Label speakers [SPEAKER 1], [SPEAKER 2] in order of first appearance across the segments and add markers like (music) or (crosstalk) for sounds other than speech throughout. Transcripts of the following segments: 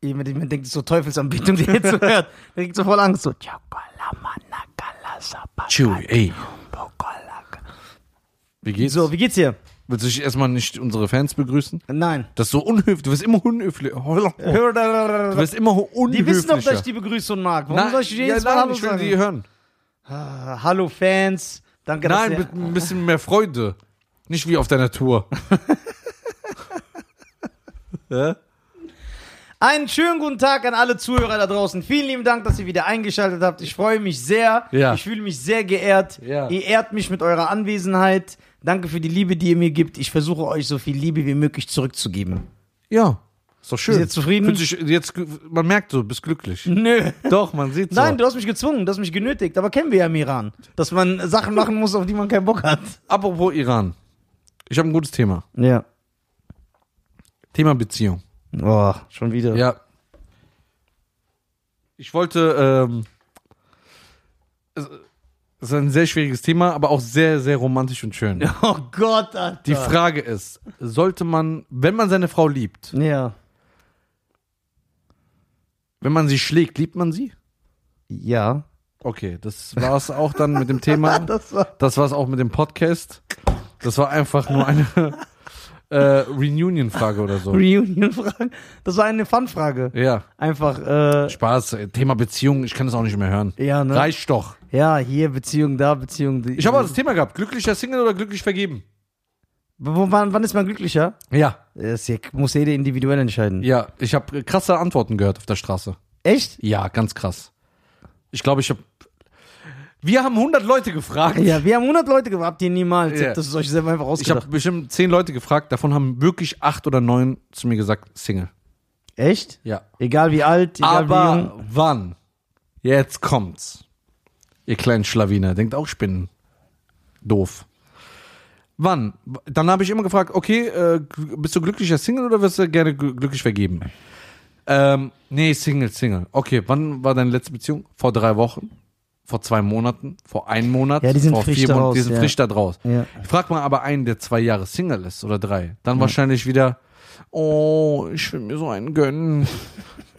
[SPEAKER 1] ich, man, man denkt, so Teufelsanbetung, (laughs) die jetzt so hört. Man kriegt so voll Angst. So.
[SPEAKER 2] Chewy, ey. Wie geht's?
[SPEAKER 1] So, wie geht's dir?
[SPEAKER 2] Willst du dich erstmal nicht unsere Fans begrüßen?
[SPEAKER 1] Nein.
[SPEAKER 2] Das ist so unhöflich. Du wirst immer unhöflich.
[SPEAKER 1] Oh.
[SPEAKER 2] Du wirst immer unhöflich.
[SPEAKER 1] Die wissen doch, dass ich die Begrüßung mag. Warum
[SPEAKER 2] Nein,
[SPEAKER 1] soll ich jedes
[SPEAKER 2] ja,
[SPEAKER 1] Mal
[SPEAKER 2] nein,
[SPEAKER 1] Hallo
[SPEAKER 2] ich will
[SPEAKER 1] sagen?
[SPEAKER 2] die hören.
[SPEAKER 1] Ah, Hallo Fans. Danke,
[SPEAKER 2] Nein,
[SPEAKER 1] dass
[SPEAKER 2] mit ein bisschen mehr Freude. Nicht wie auf deiner Tour. Hä?
[SPEAKER 1] Einen schönen guten Tag an alle Zuhörer da draußen. Vielen lieben Dank, dass ihr wieder eingeschaltet habt. Ich freue mich sehr.
[SPEAKER 2] Ja.
[SPEAKER 1] Ich fühle mich sehr geehrt.
[SPEAKER 2] Ja.
[SPEAKER 1] Ihr ehrt mich mit eurer Anwesenheit. Danke für die Liebe, die ihr mir gibt. Ich versuche euch so viel Liebe wie möglich zurückzugeben.
[SPEAKER 2] ja, ist doch schön.
[SPEAKER 1] Bist du jetzt zufrieden?
[SPEAKER 2] Fühlt sich jetzt, ge- man merkt so, bist glücklich.
[SPEAKER 1] Nö.
[SPEAKER 2] Doch, man sieht
[SPEAKER 1] (laughs)
[SPEAKER 2] so.
[SPEAKER 1] Nein, du hast mich gezwungen, du hast mich genötigt. Aber kennen wir ja im Iran. Dass man Sachen machen muss, auf die man keinen Bock hat.
[SPEAKER 2] Apropos Iran. Ich habe ein gutes Thema.
[SPEAKER 1] Ja.
[SPEAKER 2] Thema Beziehung.
[SPEAKER 1] Oh, schon wieder.
[SPEAKER 2] Ja. Ich wollte, ähm, es es ist ein sehr schwieriges Thema, aber auch sehr, sehr romantisch und schön.
[SPEAKER 1] Oh Gott, Alter.
[SPEAKER 2] Die Frage ist, sollte man, wenn man seine Frau liebt,
[SPEAKER 1] Ja.
[SPEAKER 2] wenn man sie schlägt, liebt man sie?
[SPEAKER 1] Ja.
[SPEAKER 2] Okay, das war's auch dann mit dem Thema.
[SPEAKER 1] Das war.
[SPEAKER 2] Das war's auch mit dem Podcast. Das war einfach nur eine äh, Reunion-Frage oder so.
[SPEAKER 1] Reunion-Frage. Das war eine Fun-Frage.
[SPEAKER 2] Ja,
[SPEAKER 1] Einfach, äh,
[SPEAKER 2] Spaß. äh, Thema Beziehung, ich kann das auch nicht mehr hören.
[SPEAKER 1] ja, ne?
[SPEAKER 2] Reicht doch.
[SPEAKER 1] Ja, hier Beziehung, da Beziehung.
[SPEAKER 2] Ich habe auch das Thema gehabt. Glücklicher Single oder glücklich vergeben?
[SPEAKER 1] Wo, wann, wann ist man glücklicher?
[SPEAKER 2] Ja.
[SPEAKER 1] Das hier muss jeder individuell entscheiden.
[SPEAKER 2] Ja, ich habe krasse Antworten gehört auf der Straße.
[SPEAKER 1] Echt?
[SPEAKER 2] Ja, ganz krass. Ich glaube, ich habe... Wir haben 100 Leute gefragt.
[SPEAKER 1] Ja, wir haben 100 Leute gehabt, habt ihr niemals.
[SPEAKER 2] Ja.
[SPEAKER 1] Das ist euch selber einfach
[SPEAKER 2] Ich habe
[SPEAKER 1] ausgedacht.
[SPEAKER 2] bestimmt 10 Leute gefragt. Davon haben wirklich 8 oder 9 zu mir gesagt, Single.
[SPEAKER 1] Echt?
[SPEAKER 2] Ja.
[SPEAKER 1] Egal wie alt, egal wie jung.
[SPEAKER 2] Aber wann? Jetzt kommt's. Ihr kleinen Schlawiner, denkt auch Spinnen. Doof. Wann? Dann habe ich immer gefragt, okay, äh, gl- bist du glücklicher Single oder wirst du gerne gl- glücklich vergeben? Ähm, nee, Single, Single. Okay, wann war deine letzte Beziehung? Vor drei Wochen? Vor zwei Monaten? Vor einem Monat?
[SPEAKER 1] Ja, die sind
[SPEAKER 2] vor
[SPEAKER 1] frisch
[SPEAKER 2] vier Monaten?
[SPEAKER 1] daraus,
[SPEAKER 2] Die sind
[SPEAKER 1] ja.
[SPEAKER 2] frisch da draus.
[SPEAKER 1] Ja.
[SPEAKER 2] Frag mal aber einen, der zwei Jahre Single ist oder drei. Dann wahrscheinlich wieder, oh, ich will mir so einen gönnen.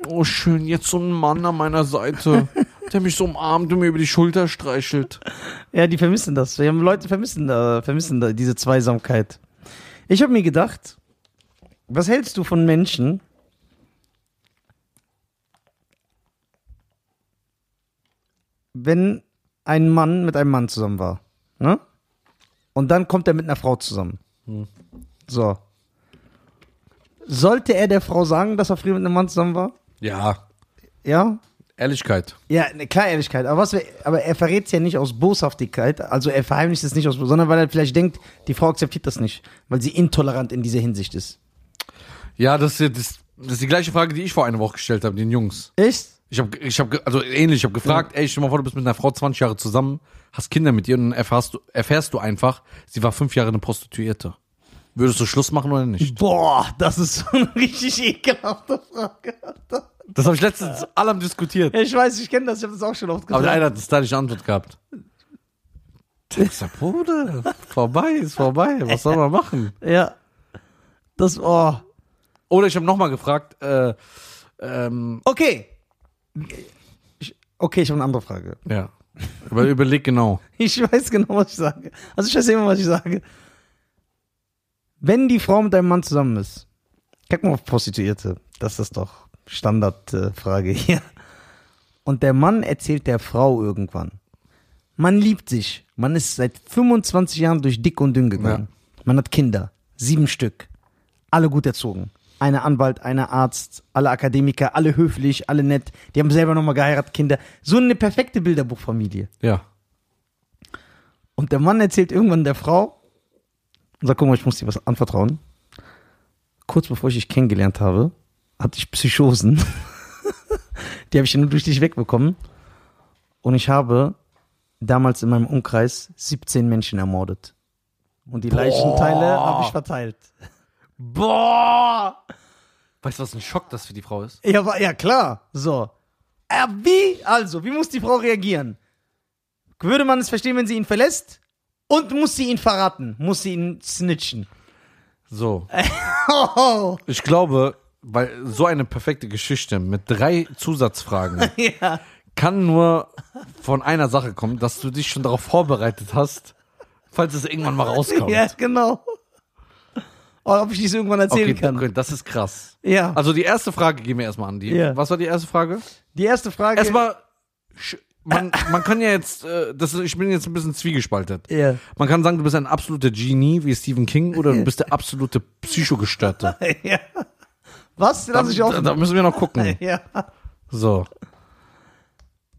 [SPEAKER 2] Oh, schön, jetzt so ein Mann an meiner (laughs) Seite, der mich so umarmt und mir über die Schulter streichelt.
[SPEAKER 1] Ja, die vermissen das. Wir haben Leute vermissen, da, vermissen da diese Zweisamkeit. Ich habe mir gedacht, was hältst du von Menschen? Wenn ein Mann mit einem Mann zusammen war, ne? Und dann kommt er mit einer Frau zusammen. So. Sollte er der Frau sagen, dass er früher mit einem Mann zusammen war?
[SPEAKER 2] Ja,
[SPEAKER 1] Ja?
[SPEAKER 2] Ehrlichkeit.
[SPEAKER 1] Ja, ne, klar, Ehrlichkeit. Aber, was, wir- aber er verrät es ja nicht aus Boshaftigkeit. Also er verheimlicht es nicht aus, sondern weil er vielleicht denkt, die Frau akzeptiert das nicht, weil sie intolerant in dieser Hinsicht ist.
[SPEAKER 2] Ja, das ist, das, das ist die gleiche Frage, die ich vor einer Woche gestellt habe, den Jungs.
[SPEAKER 1] Echt?
[SPEAKER 2] Ich habe, ich hab, ge- also ähnlich, ich habe gefragt, ey, stell mal vor, du bist mit einer Frau 20 Jahre zusammen, hast Kinder mit ihr und dann erfährst du, erfährst du einfach, sie war fünf Jahre eine Prostituierte. Würdest du Schluss machen oder nicht?
[SPEAKER 1] Boah, das ist so eine richtig ekelhafte Frage.
[SPEAKER 2] Das habe ich letztens allem diskutiert.
[SPEAKER 1] Ich weiß, ich kenne das, ich habe das auch schon oft
[SPEAKER 2] Aber (laughs) der
[SPEAKER 1] gesagt.
[SPEAKER 2] eine hat eine stylische Antwort gehabt. Texter Bruder, vorbei, ist vorbei, was soll man machen?
[SPEAKER 1] ja. Das, oh.
[SPEAKER 2] Oder ich habe nochmal gefragt, äh, ähm,
[SPEAKER 1] Okay. Ich- Okay, ich habe eine andere Frage.
[SPEAKER 2] ja, über, überleg genau.
[SPEAKER 1] (laughs) Ich weiß genau, was ich sage. Also ich weiß immer, was ich sage. Wenn die Frau mit einem Mann zusammen ist, guck mal auf Prostituierte. Das ist doch Standardfrage (laughs) hier. Und der Mann erzählt der Frau irgendwann. Man liebt sich. Man ist seit 25 Jahren durch dick und dünn gegangen. Man hat Kinder. Sieben Stück. Alle gut erzogen. Einer Anwalt, einer Arzt, alle Akademiker, alle höflich, alle nett. Die haben selber nochmal geheiratet, Kinder. So eine perfekte Bilderbuchfamilie.
[SPEAKER 2] Ja.
[SPEAKER 1] Und der Mann erzählt irgendwann der Frau und sagt, guck mal, ich muss dir was anvertrauen. Kurz bevor ich dich kennengelernt habe, hatte ich Psychosen. (laughs) Die habe ich nur durch dich wegbekommen. Und ich habe damals in meinem Umkreis 17 Menschen ermordet. Und die Leichenteile habe ich verteilt.
[SPEAKER 2] Boah! Weißt du, was ein Schock das für die Frau ist?
[SPEAKER 1] Ja, war, ja klar. So. Äh, wie? Also, wie muss die Frau reagieren? Würde man es verstehen, wenn sie ihn verlässt? Und muss sie ihn verraten? Muss sie ihn snitchen?
[SPEAKER 2] So,
[SPEAKER 1] Oh.
[SPEAKER 2] ich glaube, weil so eine perfekte Geschichte mit drei Zusatzfragen
[SPEAKER 1] Ja.
[SPEAKER 2] kann nur von einer Sache kommen, dass du dich schon darauf vorbereitet hast, falls es irgendwann mal rauskommt.
[SPEAKER 1] Ja, genau. Oder ob ich dies irgendwann erzählen
[SPEAKER 2] Okay,
[SPEAKER 1] kann.
[SPEAKER 2] okay, das ist krass.
[SPEAKER 1] Ja.
[SPEAKER 2] Also die erste Frage gehen wir erstmal an. Die,
[SPEAKER 1] Ja.
[SPEAKER 2] Was war die erste Frage?
[SPEAKER 1] Die erste Frage.
[SPEAKER 2] Erstmal, sch- man, man kann ja jetzt, äh, das, ist- ich bin jetzt ein bisschen zwiegespaltet.
[SPEAKER 1] Ja.
[SPEAKER 2] Man kann sagen, du bist ein absoluter Genie wie Stephen King oder du bist der absolute
[SPEAKER 1] (laughs)
[SPEAKER 2] Psychogestörte.
[SPEAKER 1] (laughs) Ja. Was? Lass ich
[SPEAKER 2] da,
[SPEAKER 1] offen.
[SPEAKER 2] da müssen wir noch gucken.
[SPEAKER 1] Ja. (laughs)
[SPEAKER 2] So.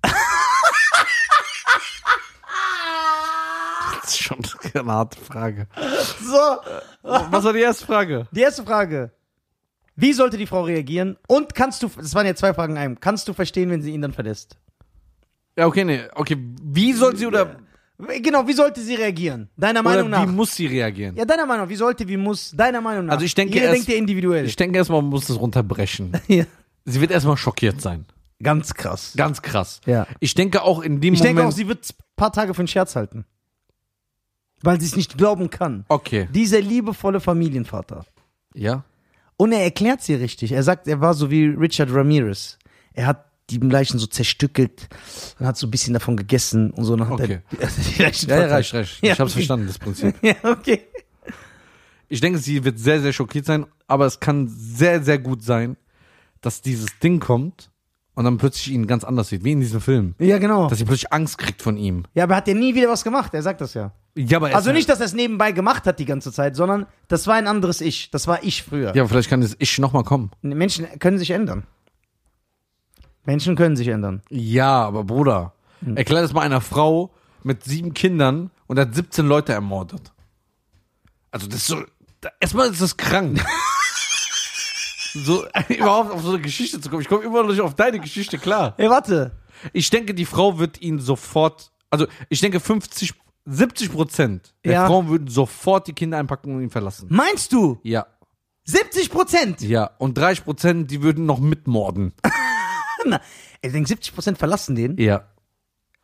[SPEAKER 2] Das ist schon eine harte Frage.
[SPEAKER 1] So,
[SPEAKER 2] Was war die erste Frage?
[SPEAKER 1] die erste Frage. Wie sollte die Frau reagieren? Und kannst du, das waren ja zwei Fragen in einem, kannst du verstehen, wenn sie ihn dann verlässt?
[SPEAKER 2] Ja, okay, nee. Okay, wie soll sie oder,
[SPEAKER 1] Genau, wie sollte sie reagieren? Deiner
[SPEAKER 2] oder
[SPEAKER 1] Meinung
[SPEAKER 2] wie
[SPEAKER 1] nach.
[SPEAKER 2] muss sie reagieren?
[SPEAKER 1] Ja, deiner Meinung nach. Wie sollte, wie muss? Deiner Meinung nach.
[SPEAKER 2] Also ich denke,
[SPEAKER 1] Jeder
[SPEAKER 2] erst-
[SPEAKER 1] denkt ja individuell.
[SPEAKER 2] Ich denke erstmal, man muss das runterbrechen.
[SPEAKER 1] (laughs) ja.
[SPEAKER 2] Sie wird erstmal schockiert sein.
[SPEAKER 1] Ganz krass.
[SPEAKER 2] Ganz krass.
[SPEAKER 1] Ja.
[SPEAKER 2] Ich denke auch in dem
[SPEAKER 1] Ich
[SPEAKER 2] Moment.
[SPEAKER 1] denke auch, sie wird es ein paar Tage für einen Scherz halten. Weil sie es nicht glauben kann.
[SPEAKER 2] okay.
[SPEAKER 1] Dieser liebevolle Familienvater.
[SPEAKER 2] Ja.
[SPEAKER 1] Und er erklärt sie richtig. Er sagt, er war so wie Richard Ramirez. Er hat die Leichen so zerstückelt und hat so ein bisschen davon gegessen und so. Und dann hat
[SPEAKER 2] Okay.
[SPEAKER 1] er (laughs) die Leichen
[SPEAKER 2] Ja, ja,
[SPEAKER 1] verteilt.
[SPEAKER 2] reicht, reicht.
[SPEAKER 1] Ja,
[SPEAKER 2] Ich hab's
[SPEAKER 1] okay.
[SPEAKER 2] verstanden, das Prinzip. (laughs)
[SPEAKER 1] Ja, okay.
[SPEAKER 2] Ich denke, sie wird sehr, sehr schockiert sein, aber es kann sehr, sehr gut sein, dass dieses Ding kommt und dann plötzlich ihn ganz anders sieht, wie in diesem Film.
[SPEAKER 1] Ja, genau.
[SPEAKER 2] Dass sie plötzlich Angst kriegt von ihm.
[SPEAKER 1] ja, aber hat er nie wieder was gemacht. Er sagt das ja.
[SPEAKER 2] Ja, aber er
[SPEAKER 1] Also
[SPEAKER 2] ist- halt
[SPEAKER 1] nicht, dass er es nebenbei gemacht hat die ganze Zeit, sondern das war ein anderes Ich. Das war ich früher.
[SPEAKER 2] Ja, aber vielleicht kann das Ich nochmal kommen.
[SPEAKER 1] Menschen können sich ändern. Menschen können sich ändern.
[SPEAKER 2] Ja, aber Bruder, erklär das mal einer Frau mit sieben Kindern und hat 17 Leute ermordet. Also das ist so, da, erstmal ist das krank. so (laughs) überhaupt auf so eine Geschichte zu kommen. Ich komme immer noch nicht auf deine Geschichte klar.
[SPEAKER 1] Ey, warte.
[SPEAKER 2] Ich denke, die Frau wird ihn sofort, also ich denke 50, 70 Prozent der
[SPEAKER 1] Ja.
[SPEAKER 2] Frauen würden sofort die Kinder einpacken und ihn verlassen.
[SPEAKER 1] Meinst du?
[SPEAKER 2] Ja,
[SPEAKER 1] 70 Prozent?
[SPEAKER 2] ja. Und 30 Prozent, die würden noch mitmorden.
[SPEAKER 1] Ich denke, 70 Prozent verlassen den.
[SPEAKER 2] Ja.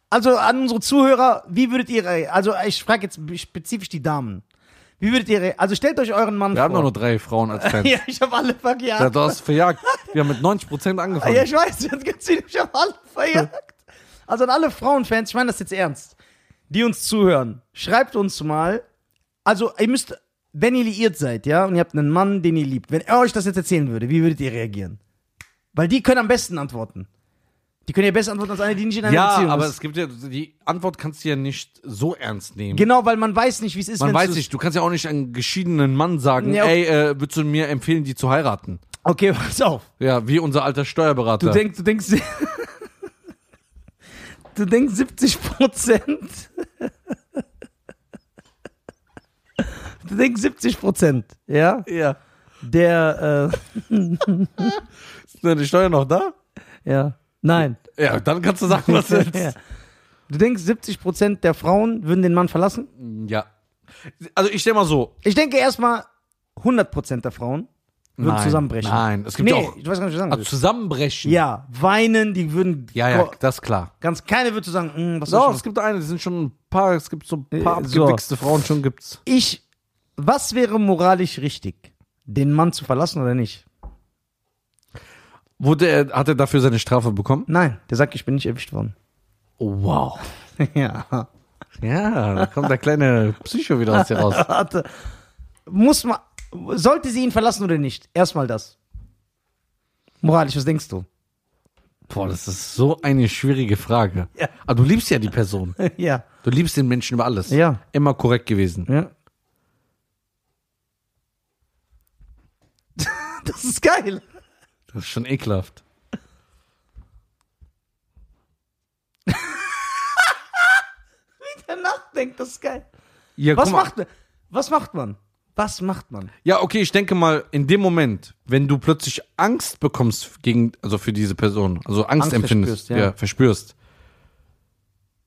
[SPEAKER 1] Also an unsere Zuhörer, wie würdet ihr, re- also ich frage jetzt spezifisch die Damen. Wie würdet ihr, re- also stellt euch euren Mann
[SPEAKER 2] Wir haben doch
[SPEAKER 1] vor.
[SPEAKER 2] nur drei Frauen als Fans.
[SPEAKER 1] ja, ich habe alle
[SPEAKER 2] Ja,
[SPEAKER 1] verjagt.
[SPEAKER 2] du hast verjagt. Wir haben mit 90% angefangen.
[SPEAKER 1] Ja, ich weiß, ich hab ganz viele- ich habe alle verjagt. Also an alle Frauenfans, ich meine das jetzt ernst, die uns zuhören, schreibt uns mal, also ihr müsst, wenn ihr liiert seid, ja, und ihr habt einen Mann, den ihr liebt, wenn er euch das jetzt erzählen würde, wie würdet ihr reagieren? Weil die können am besten antworten. Die können ja besser antworten als eine, die nicht in einer
[SPEAKER 2] ja
[SPEAKER 1] Beziehung
[SPEAKER 2] aber
[SPEAKER 1] ist.
[SPEAKER 2] es gibt ja, die Antwort kannst du ja nicht so ernst nehmen.
[SPEAKER 1] Genau, weil man weiß nicht, wie es ist,
[SPEAKER 2] Man
[SPEAKER 1] wenn's
[SPEAKER 2] weiß
[SPEAKER 1] so-
[SPEAKER 2] nicht, du kannst ja auch nicht einem geschiedenen Mann sagen,
[SPEAKER 1] Ja, okay.
[SPEAKER 2] ey, äh, würdest du mir empfehlen, die zu heiraten?
[SPEAKER 1] Okay, pass auf.
[SPEAKER 2] Ja, wie unser alter Steuerberater.
[SPEAKER 1] Du denkst, du denkst, (laughs) du denkst 70 Prozent. (laughs) Du denkst 70 Prozent, ja?
[SPEAKER 2] ja.
[SPEAKER 1] Der,
[SPEAKER 2] Ist deine Steuer noch da?
[SPEAKER 1] äh, ja, nein.
[SPEAKER 2] Ja, dann kannst du sagen, (laughs) was (laughs)
[SPEAKER 1] (laughs)
[SPEAKER 2] jetzt.
[SPEAKER 1] Ja. Du denkst, 70 Prozent der Frauen würden den Mann verlassen?
[SPEAKER 2] Ja. Also ich stell mal so.
[SPEAKER 1] Ich denke erstmal 100 Prozent der Frauen würden
[SPEAKER 2] Nein,
[SPEAKER 1] zusammenbrechen.
[SPEAKER 2] nein, es gibt
[SPEAKER 1] nee,
[SPEAKER 2] ja auch-
[SPEAKER 1] ich weiß gar nicht, was ich sagen
[SPEAKER 2] Also
[SPEAKER 1] will.
[SPEAKER 2] zusammenbrechen.
[SPEAKER 1] Ja, weinen, die würden
[SPEAKER 2] ja, ja, das ist klar.
[SPEAKER 1] ganz keine würde sagen, "Hm, was soll ich
[SPEAKER 2] Doch,
[SPEAKER 1] machen?"
[SPEAKER 2] es gibt eine, die sind schon ein paar, es gibt so ein paar
[SPEAKER 1] Äh, so.
[SPEAKER 2] abgewichste Frauen schon gibt's.
[SPEAKER 1] ich, was wäre moralisch richtig? Den Mann zu verlassen oder nicht?
[SPEAKER 2] Wurde er, hat er dafür seine Strafe bekommen?
[SPEAKER 1] Nein, der sagt, ich bin nicht erwischt worden. (laughs)
[SPEAKER 2] Wow.
[SPEAKER 1] ja.
[SPEAKER 2] Ja, da kommt der kleine Psycho wieder aus dir raus.
[SPEAKER 1] Warte. Muss man, sollte sie ihn verlassen oder nicht? Erstmal das. Moralisch, was denkst du?
[SPEAKER 2] Boah, das ist so eine schwierige Frage.
[SPEAKER 1] Ja.
[SPEAKER 2] Aber du liebst (laughs) ja die Person.
[SPEAKER 1] ja.
[SPEAKER 2] Du liebst den Menschen über alles.
[SPEAKER 1] Ja.
[SPEAKER 2] Immer korrekt gewesen.
[SPEAKER 1] Ja. (laughs) das ist geil.
[SPEAKER 2] Das ist schon ekelhaft.
[SPEAKER 1] Der nachdenkt, das ist geil.
[SPEAKER 2] Ja,
[SPEAKER 1] Was
[SPEAKER 2] guck mal.
[SPEAKER 1] macht, was macht man? Was macht man?
[SPEAKER 2] Ja, okay, ich denke mal, in dem Moment, wenn du plötzlich Angst bekommst gegen, also für diese Person, also Angst,
[SPEAKER 1] Angst
[SPEAKER 2] empfindest,
[SPEAKER 1] verspürst, ja.
[SPEAKER 2] ja. verspürst,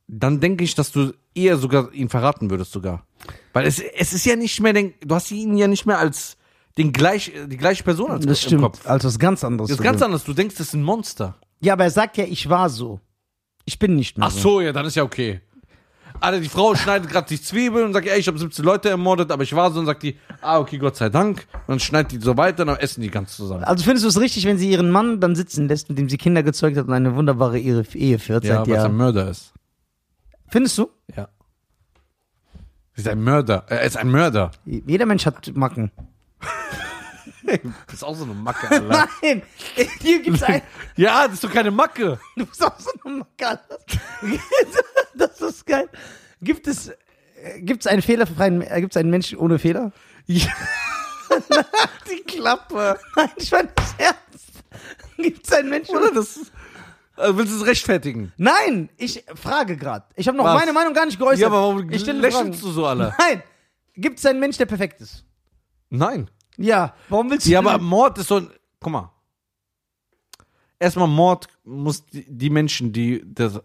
[SPEAKER 2] dann denke ich, dass du eher sogar ihn verraten würdest sogar. Weil es, es ist ja nicht mehr, den, du hast ihn ja nicht mehr als den gleich, die gleiche Person als im Kopf.
[SPEAKER 1] Also was ganz anderes.
[SPEAKER 2] Das ist
[SPEAKER 1] zu
[SPEAKER 2] ganz
[SPEAKER 1] tun.
[SPEAKER 2] anders, du denkst, das ist ein Monster. Also.
[SPEAKER 1] ja, aber er sagt ja, ich war so. Ich bin nicht mehr
[SPEAKER 2] Ach so, ja, dann ist ja okay. Alter, die Frau schneidet gerade die Zwiebeln und sagt, ey, ich habe 17 Leute ermordet, aber ich war so und sagt die, ah, okay, Gott sei Dank. Und dann schneidet die so weiter und dann essen die ganz zusammen.
[SPEAKER 1] Also findest du es richtig, wenn sie ihren Mann dann sitzen lässt, mit dem sie Kinder gezeugt hat und eine wunderbare Ehe Ehe führt
[SPEAKER 2] Ja,
[SPEAKER 1] seit
[SPEAKER 2] weil es ein
[SPEAKER 1] Jahren?
[SPEAKER 2] Mörder ist.
[SPEAKER 1] Findest du?
[SPEAKER 2] Ja. Sie ist ein Mörder. Er ist ein Mörder.
[SPEAKER 1] Jeder Mensch hat Macken.
[SPEAKER 2] Das ist auch so eine Macke, Alter.
[SPEAKER 1] Nein! Hier gibt's ein.
[SPEAKER 2] (laughs) ja, das ist doch keine Macke.
[SPEAKER 1] Du bist auch so eine Macke. (laughs) Das ist geil. Gibt es. äh, Gibt es einen fehlerfreien, äh, gibt es einen Menschen ohne Fehler?
[SPEAKER 2] Ja.
[SPEAKER 1] (laughs) Die Klappe. Nein, ich meine das ernst. Gibt es einen Menschen
[SPEAKER 2] Oder
[SPEAKER 1] ohne
[SPEAKER 2] das ist, also willst du es rechtfertigen?
[SPEAKER 1] Nein, ich frage gerade. Ich habe noch
[SPEAKER 2] Was?
[SPEAKER 1] meine Meinung gar nicht geäußert.
[SPEAKER 2] Ja, aber warum
[SPEAKER 1] ich stelle
[SPEAKER 2] lächelst
[SPEAKER 1] Fragen.
[SPEAKER 2] du so alle?
[SPEAKER 1] Nein, gibt es einen Mensch, der perfekt ist?
[SPEAKER 2] Nein.
[SPEAKER 1] Ja, warum willst du...
[SPEAKER 2] Ja, aber Mord ist so ein. Guck mal. Erstmal Mord muss die, die Menschen, die (laughs) das.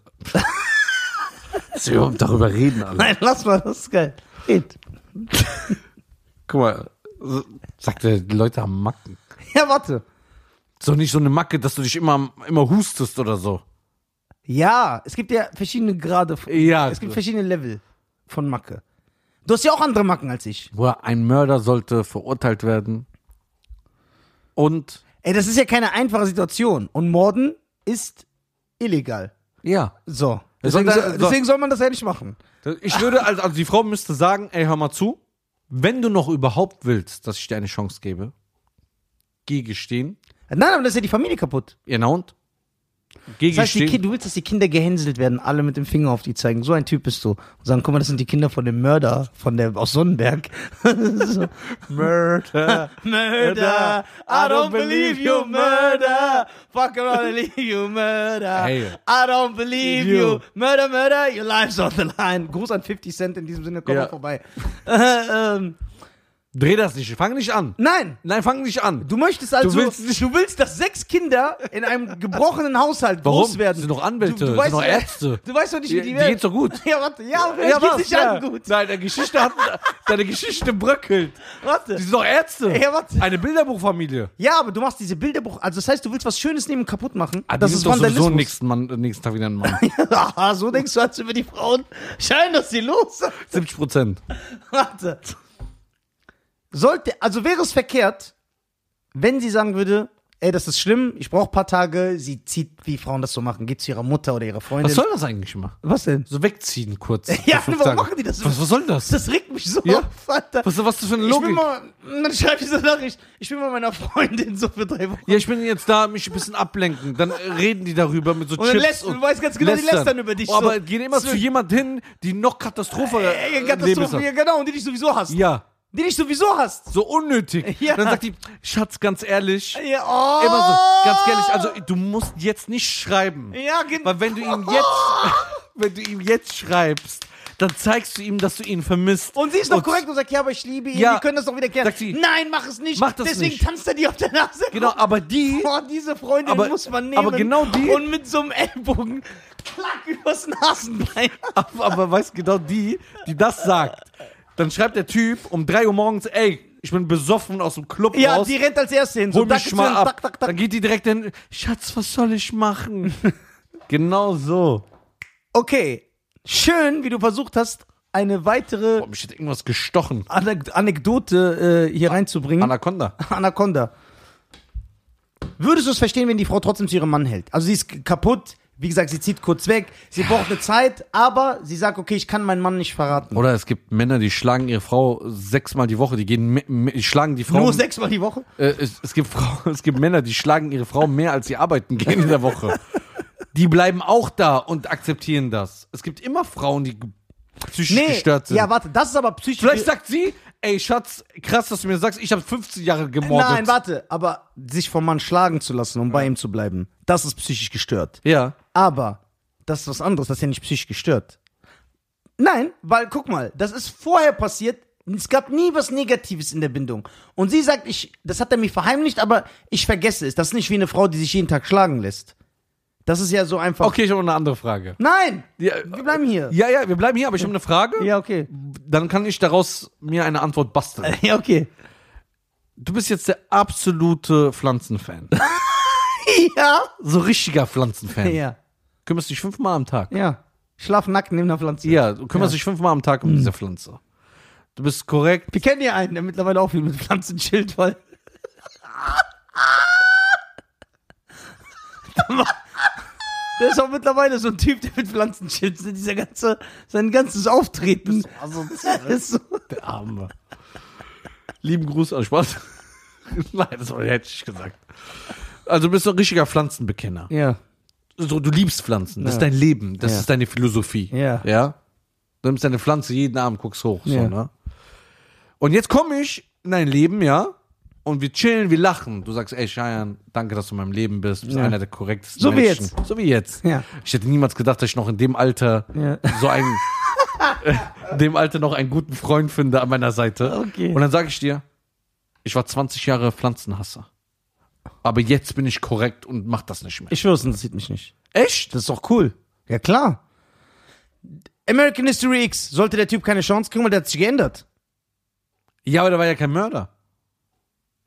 [SPEAKER 2] Dass wir überhaupt darüber reden, alle.
[SPEAKER 1] Nein, lass mal, das ist geil. Geht.
[SPEAKER 2] Guck mal, so- sagt der, die Leute haben Macken.
[SPEAKER 1] Ja, warte.
[SPEAKER 2] Ist doch nicht so eine Macke, dass du dich immer, immer hustest oder so.
[SPEAKER 1] Ja, es gibt ja verschiedene Grade. von-
[SPEAKER 2] Ja.
[SPEAKER 1] Es gibt verschiedene Level von Macke. Du hast ja auch andere Macken als ich.
[SPEAKER 2] Boah, ein Mörder sollte verurteilt werden. Und
[SPEAKER 1] Ey, das ist ja keine einfache Situation. Und Morden ist illegal.
[SPEAKER 2] ja,
[SPEAKER 1] So.
[SPEAKER 2] Deswegen
[SPEAKER 1] Deswegen,
[SPEAKER 2] soll-
[SPEAKER 1] so, deswegen soll man das ja nicht machen.
[SPEAKER 2] ich würde also, also die Frau müsste sagen, ey, hör mal zu, wenn du noch überhaupt willst, dass ich dir eine Chance gebe, geh gestehen.
[SPEAKER 1] Nein, aber das ist ja die Familie kaputt.
[SPEAKER 2] Ja, na und? Geh
[SPEAKER 1] Das heißt, die
[SPEAKER 2] gestehen.
[SPEAKER 1] Ki- du willst, dass die Kinder gehänselt werden, alle mit dem Finger auf die zeigen. So ein Typ bist du. Und sagen, guck mal, das sind die Kinder von dem Mörder von der, aus Sonnenberg. (laughs) so. (laughs)
[SPEAKER 2] Murder.
[SPEAKER 1] Murder, I don't believe you, murder. Fuck around and leave you, murder.
[SPEAKER 2] Hey.
[SPEAKER 1] I don't believe
[SPEAKER 2] You.
[SPEAKER 1] you, murder, murder. Your life's on the line. Gruß an 50 Cent in diesem Sinne, komm
[SPEAKER 2] Ja.
[SPEAKER 1] mal vorbei. (laughs) Äh, ähm,
[SPEAKER 2] Dreh das nicht, fang nicht an.
[SPEAKER 1] nein,
[SPEAKER 2] Nein, fang nicht an.
[SPEAKER 1] du möchtest also,
[SPEAKER 2] Du willst
[SPEAKER 1] du willst, dass sechs Kinder in einem gebrochenen Haushalt
[SPEAKER 2] Warum?
[SPEAKER 1] groß werden.
[SPEAKER 2] Sind doch Anwälte,
[SPEAKER 1] du, du
[SPEAKER 2] sind
[SPEAKER 1] weißt,
[SPEAKER 2] doch
[SPEAKER 1] ja-
[SPEAKER 2] Ärzte.
[SPEAKER 1] Du weißt doch nicht, wie
[SPEAKER 2] Ja,
[SPEAKER 1] die
[SPEAKER 2] (laughs) die
[SPEAKER 1] werden.
[SPEAKER 2] geht's doch gut.
[SPEAKER 1] (laughs) Ja, warte, ja, aber ja, geht's nicht
[SPEAKER 2] ja.
[SPEAKER 1] allen gut.
[SPEAKER 2] Nein, deine Geschichte hat, deine Geschichte bröckelt.
[SPEAKER 1] Warte.
[SPEAKER 2] Die sind doch Ärzte.
[SPEAKER 1] Ja, warte.
[SPEAKER 2] Eine Bilderbuchfamilie.
[SPEAKER 1] Ja, aber du machst diese Bilderbuch, also das heißt, du willst was Schönes nehmen und kaputt machen.
[SPEAKER 2] Ah,
[SPEAKER 1] das
[SPEAKER 2] die
[SPEAKER 1] ist
[SPEAKER 2] sind doch sowieso
[SPEAKER 1] Vandalismus.
[SPEAKER 2] nächsten, Mann, äh, nächsten Tag wieder ein (laughs) Mann.
[SPEAKER 1] (laughs) Aha, so denkst du als über die Frauen. Schein, dass sie los sind. (laughs)
[SPEAKER 2] 70 Prozent.
[SPEAKER 1] Warte. Sollte, also wäre es verkehrt, wenn sie sagen würde, ey, das ist schlimm, ich brauche ein paar Tage, sie zieht, wie Frauen das so machen, geht zu ihrer Mutter oder ihrer Freundin.
[SPEAKER 2] Was soll das eigentlich mal?
[SPEAKER 1] Was denn?
[SPEAKER 2] So wegziehen (laughs) kurz.
[SPEAKER 1] Ja,
[SPEAKER 2] Fünf
[SPEAKER 1] warum
[SPEAKER 2] Tage.
[SPEAKER 1] machen die das?
[SPEAKER 2] Was, was soll das?
[SPEAKER 1] Das regt mich so
[SPEAKER 2] Ja.
[SPEAKER 1] auf, Alter.
[SPEAKER 2] Was, was ist das für eine
[SPEAKER 1] ich bin
[SPEAKER 2] Logik?
[SPEAKER 1] mal, dann schreibe ich so eine Nachricht, ich bin mal meiner Freundin so für drei Wochen.
[SPEAKER 2] ja, ich bin jetzt da, mich ein bisschen ablenken. Dann äh, reden die darüber mit so
[SPEAKER 1] Und dann
[SPEAKER 2] Chips.
[SPEAKER 1] lässt, du weißt ganz genau, die lässt dann über dich.
[SPEAKER 2] Oh, aber
[SPEAKER 1] so.
[SPEAKER 2] gehen immer zu jemand hin, die noch Katastrophe äh,
[SPEAKER 1] Ey,
[SPEAKER 2] im
[SPEAKER 1] Katastrophe,
[SPEAKER 2] Leben
[SPEAKER 1] ja,
[SPEAKER 2] hat.
[SPEAKER 1] genau, und die dich sowieso hasst.
[SPEAKER 2] Ja,
[SPEAKER 1] Die dich sowieso hasst.
[SPEAKER 2] so unnötig.
[SPEAKER 1] (laughs) Ja.
[SPEAKER 2] Dann sagt die, Schatz, ganz ehrlich,
[SPEAKER 1] Ja, oh.
[SPEAKER 2] immer so, ganz ehrlich, also du musst jetzt nicht schreiben.
[SPEAKER 1] Ja, genau.
[SPEAKER 2] Weil wenn du ihm
[SPEAKER 1] (laughs)
[SPEAKER 2] jetzt, wenn du ihm jetzt schreibst, dann zeigst du ihm, dass du ihn vermisst.
[SPEAKER 1] Und sie ist noch korrekt und sagt, ja, aber ich liebe ihn,
[SPEAKER 2] Ja.
[SPEAKER 1] wir können das doch wieder klären.
[SPEAKER 2] Sagt sie,
[SPEAKER 1] Nein, mach es nicht.
[SPEAKER 2] mach das
[SPEAKER 1] Deswegen
[SPEAKER 2] nicht.
[SPEAKER 1] tanzt er dir auf der Nase.
[SPEAKER 2] Genau, aber die,
[SPEAKER 1] (laughs) Boah, diese Freundin
[SPEAKER 2] Aber-
[SPEAKER 1] muss man nehmen.
[SPEAKER 2] aber genau die-
[SPEAKER 1] Und mit so einem Ellbogen klack übers Nasenbein.
[SPEAKER 2] aber, aber weißt genau die, die das sagt, dann schreibt der Typ um 3 Uhr morgens, ey, ich bin besoffen aus dem Club
[SPEAKER 1] Ja,
[SPEAKER 2] raus.
[SPEAKER 1] die rennt als erste hin. So
[SPEAKER 2] Hol mich
[SPEAKER 1] dack,
[SPEAKER 2] mal ab.
[SPEAKER 1] dack, dack, dack.
[SPEAKER 2] Dann geht die direkt hin, Schatz, was soll ich machen?
[SPEAKER 1] (laughs)
[SPEAKER 2] genau so.
[SPEAKER 1] Okay, schön, wie du versucht hast, eine weitere
[SPEAKER 2] Boah, mich hat irgendwas gestochen.
[SPEAKER 1] Anek- Anekdote äh, hier reinzubringen. (laughs)
[SPEAKER 2] Anaconda.
[SPEAKER 1] Anaconda. Würdest du es verstehen, wenn die Frau trotzdem zu ihrem Mann hält? Also sie ist k- kaputt, wie gesagt, sie zieht kurz weg, sie braucht eine Zeit, aber sie sagt, okay, ich kann meinen Mann nicht verraten.
[SPEAKER 2] Oder es gibt Männer, die schlagen ihre Frau sechsmal die Woche. Die gehen, me- me- die schlagen die Frau.
[SPEAKER 1] Nur sechsmal die Woche?
[SPEAKER 2] Äh, es, es, gibt Frau, (laughs) es gibt Männer, die schlagen ihre Frau mehr, als sie arbeiten gehen in der Woche. Die bleiben auch da und akzeptieren das. Es gibt immer Frauen, die ge- psychisch gestört sind.
[SPEAKER 1] ja, warte, das ist aber psychisch...
[SPEAKER 2] Vielleicht sagt sie, ey Schatz, krass, dass du mir sagst, ich habe 15 Jahre gemordet.
[SPEAKER 1] Nein, warte, aber sich vom Mann schlagen zu lassen, um bei ihm zu bleiben, das ist psychisch gestört.
[SPEAKER 2] Ja.
[SPEAKER 1] Aber das ist was anderes, das ist ja nicht psychisch gestört. Nein, weil guck mal, das ist vorher passiert. Es gab nie was Negatives in der Bindung. Und sie sagt, ich, das hat er mir verheimlicht, aber ich vergesse es. Das ist nicht wie eine Frau, die sich jeden Tag schlagen lässt. Das ist ja so einfach.
[SPEAKER 2] Okay, ich habe eine andere Frage.
[SPEAKER 1] Nein!
[SPEAKER 2] Ja,
[SPEAKER 1] Wir bleiben hier.
[SPEAKER 2] ja, ja, wir bleiben hier, aber ich habe eine Frage.
[SPEAKER 1] Ja, okay. (laughs)
[SPEAKER 2] Dann kann ich daraus mir eine Antwort basteln.
[SPEAKER 1] Ja, okay.
[SPEAKER 2] Du bist jetzt der
[SPEAKER 1] (laughs)
[SPEAKER 2] absolute Pflanzenfan.
[SPEAKER 1] Ja?
[SPEAKER 2] So richtiger Pflanzenfan.
[SPEAKER 1] Ja.
[SPEAKER 2] Kümmerst dich fünfmal am Tag.
[SPEAKER 1] Ja. Schlaf nackt neben einer Pflanze.
[SPEAKER 2] Ja, du kümmerst dich fünfmal am Tag um
[SPEAKER 1] Mhm.
[SPEAKER 2] diese Pflanze. Du bist korrekt.
[SPEAKER 1] Wir kennen ja einen, der mittlerweile auch viel mit Pflanzen chillt, weil. Der ist auch mittlerweile so ein Typ, der mit Pflanzen chillt. Dieser ganze, sein ganzes Auftreten Also, ist so.
[SPEAKER 2] Der Arme. Lieben Gruß an Spaß. (laughs) Nein, das hätte ich gesagt. Also du bist ein richtiger Pflanzenbekenner.
[SPEAKER 1] Ja.
[SPEAKER 2] So, du liebst Pflanzen. Das
[SPEAKER 1] Ja.
[SPEAKER 2] ist dein Leben. Das
[SPEAKER 1] Ja.
[SPEAKER 2] ist deine Philosophie.
[SPEAKER 1] Ja.
[SPEAKER 2] Ja. Du nimmst deine Pflanze jeden Abend, guckst hoch. So,
[SPEAKER 1] Ja.
[SPEAKER 2] ne? Und jetzt komme ich in dein Leben, ja. Und wir chillen, wir lachen. Du sagst, ey, Cheyenne, danke, dass du in meinem Leben bist. Du bist
[SPEAKER 1] Ja.
[SPEAKER 2] einer der korrektesten
[SPEAKER 1] So wie
[SPEAKER 2] Menschen.
[SPEAKER 1] jetzt.
[SPEAKER 2] So wie jetzt.
[SPEAKER 1] Ja.
[SPEAKER 2] Ich hätte niemals gedacht, dass ich noch in dem Alter
[SPEAKER 1] Ja.
[SPEAKER 2] so ein,
[SPEAKER 1] (laughs)
[SPEAKER 2] in dem Alter noch einen guten Freund finde an meiner Seite.
[SPEAKER 1] Okay.
[SPEAKER 2] Und dann sage ich dir, ich war 20 Jahre Pflanzenhasser. Aber jetzt bin ich korrekt und mach das nicht mehr.
[SPEAKER 1] Ich schwör's, das interessiert mich nicht.
[SPEAKER 2] Echt?
[SPEAKER 1] Das ist doch cool. Ja, klar. American History X. Sollte der Typ keine Chance kriegen, weil der hat sich geändert.
[SPEAKER 2] Ja, aber der war ja kein Mörder.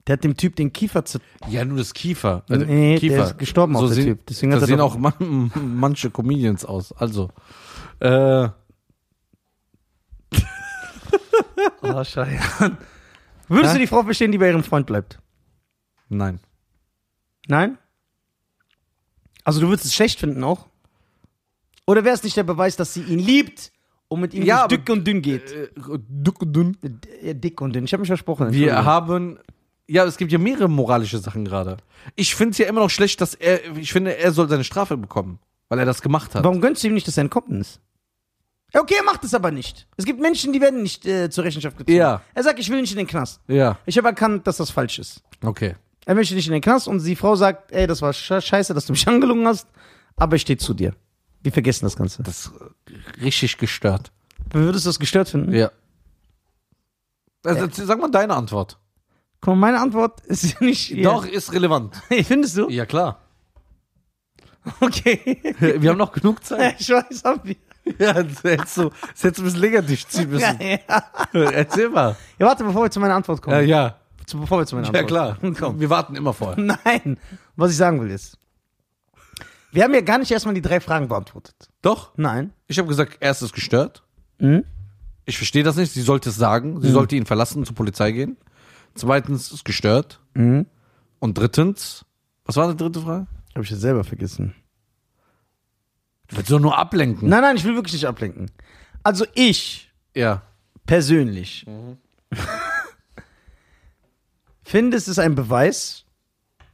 [SPEAKER 1] Der hat dem Typ den Kiefer zer
[SPEAKER 2] Ja, nur das Kiefer.
[SPEAKER 1] Nee, der ist gestorben auch, der
[SPEAKER 2] sehen,
[SPEAKER 1] Typ. Deswegen hat
[SPEAKER 2] so
[SPEAKER 1] er
[SPEAKER 2] sehen
[SPEAKER 1] doch-
[SPEAKER 2] auch man, (laughs) manche Comedians aus. Also. Äh,
[SPEAKER 1] Oh, Scheiße. Würdest du die Frau verstehen, die bei ihrem Freund bleibt?
[SPEAKER 2] nein.
[SPEAKER 1] Nein? Also du würdest es schlecht finden auch? Oder wäre es nicht der Beweis, dass sie ihn liebt und mit ihm
[SPEAKER 2] Ja,
[SPEAKER 1] durch dick und dünn geht?
[SPEAKER 2] Äh, Duck und dünn.
[SPEAKER 1] D- ja, Äh, dick und dünn. Ich habe mich versprochen.
[SPEAKER 2] Wir
[SPEAKER 1] Entschuldigung.
[SPEAKER 2] haben. Ja, es gibt ja mehrere moralische Sachen gerade. Ich finde es ja immer noch schlecht, dass er. Ich finde, er soll seine Strafe bekommen, weil er das gemacht hat.
[SPEAKER 1] Warum gönnst du ihm nicht das Entkommnis? Ja, Okay, er macht es aber nicht. Es gibt Menschen, die werden nicht äh, zur Rechenschaft gezogen.
[SPEAKER 2] Ja.
[SPEAKER 1] Er sagt, ich will nicht in den Knast.
[SPEAKER 2] Ja,
[SPEAKER 1] Ich habe erkannt, dass das falsch ist.
[SPEAKER 2] okay.
[SPEAKER 1] Er möchte nicht in den Knast und die Frau sagt, ey, das war sche- scheiße, dass du mich (laughs) angelungen hast, aber ich stehe zu dir. Wir vergessen das Ganze.
[SPEAKER 2] Das ist richtig gestört.
[SPEAKER 1] Würdest du das gestört finden?
[SPEAKER 2] Ja. Also, sag mal deine Antwort.
[SPEAKER 1] Guck mal, meine Antwort ist (laughs) nicht.
[SPEAKER 2] Doch, ist relevant.
[SPEAKER 1] (laughs) Findest du?
[SPEAKER 2] Ja, klar.
[SPEAKER 1] Okay.
[SPEAKER 2] Wir haben noch genug Zeit.
[SPEAKER 1] (laughs) Ich weiß, haben wir.
[SPEAKER 2] (laughs) Ja, das hättest du, das hättest du ein bisschen länger durchziehen
[SPEAKER 1] Ja, (laughs)
[SPEAKER 2] müssen.
[SPEAKER 1] ja. ja,
[SPEAKER 2] Erzähl mal.
[SPEAKER 1] Also- warte, bevor wir zu meiner Antwort kommen.
[SPEAKER 2] ja.
[SPEAKER 1] Zu- Bevor wir zu meiner
[SPEAKER 2] Ja,
[SPEAKER 1] Antwort
[SPEAKER 2] klar. Wir warten immer vorher.
[SPEAKER 1] (laughs) Nein. Was ich sagen will ist, wir haben ja gar nicht erstmal die drei Fragen beantwortet.
[SPEAKER 2] Doch.
[SPEAKER 1] Nein.
[SPEAKER 2] Ich habe gesagt, er ist es gestört.
[SPEAKER 1] Mhm.
[SPEAKER 2] Ich verstehe das nicht. Sie sollte es sagen.
[SPEAKER 1] Hm.
[SPEAKER 2] Sie sollte ihn verlassen, zur Polizei gehen. Zweitens, ist gestört.
[SPEAKER 1] Hm?
[SPEAKER 2] Und drittens, was war die dritte Frage?
[SPEAKER 1] Habe ich jetzt selber vergessen.
[SPEAKER 2] Du willst doch nur ablenken.
[SPEAKER 1] Nein, nein, ich will wirklich nicht ablenken. Also ich
[SPEAKER 2] Ja.
[SPEAKER 1] persönlich
[SPEAKER 2] Mhm.
[SPEAKER 1] (laughs) finde, es ist ein Beweis,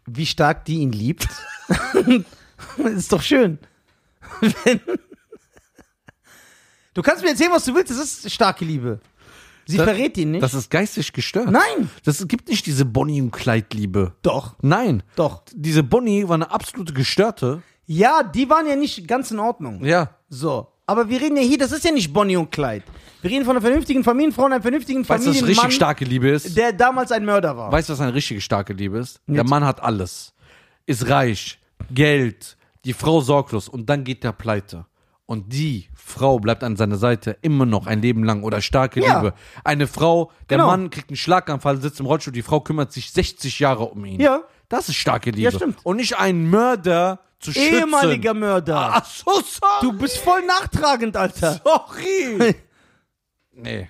[SPEAKER 1] wie stark die ihn liebt. (laughs) ist doch schön. (laughs) Wenn- du kannst mir erzählen, was du willst, das ist starke Liebe. Sie
[SPEAKER 2] Das-
[SPEAKER 1] verrät ihn nicht.
[SPEAKER 2] Das ist geistig gestört.
[SPEAKER 1] Nein!
[SPEAKER 2] Das gibt nicht diese Bonnie- und Clyde-Liebe.
[SPEAKER 1] Doch,
[SPEAKER 2] Nein.
[SPEAKER 1] doch.
[SPEAKER 2] Diese Bonnie war eine absolute Gestörte.
[SPEAKER 1] Ja, die waren ja nicht ganz in Ordnung.
[SPEAKER 2] Ja.
[SPEAKER 1] So. Aber wir reden ja hier, das ist ja nicht Bonnie und Clyde. Wir reden von einer vernünftigen Familienfrau und einem vernünftigen
[SPEAKER 2] Weißt du, was
[SPEAKER 1] Familienmann,
[SPEAKER 2] richtig starke Liebe ist?
[SPEAKER 1] der damals ein Mörder war.
[SPEAKER 2] Weißt du, was eine richtige starke Liebe ist? Der Mann hat alles. Ist reich, Geld, die Frau sorglos und dann geht der pleite. Und die Frau bleibt an seiner Seite immer noch ein Leben lang oder starke
[SPEAKER 1] Ja.
[SPEAKER 2] Liebe. Eine Frau, der
[SPEAKER 1] Genau.
[SPEAKER 2] Mann kriegt einen Schlaganfall, sitzt im Rollstuhl, die Frau kümmert sich 60 Jahre um ihn.
[SPEAKER 1] Ja.
[SPEAKER 2] Das ist starke Liebe.
[SPEAKER 1] Ja, stimmt.
[SPEAKER 2] Und nicht einen Mörder zu schützen.
[SPEAKER 1] Ehemaliger Mörder.
[SPEAKER 2] Ach so, sorry.
[SPEAKER 1] Du bist voll nachtragend, Alter.
[SPEAKER 2] sorry. (laughs) nee,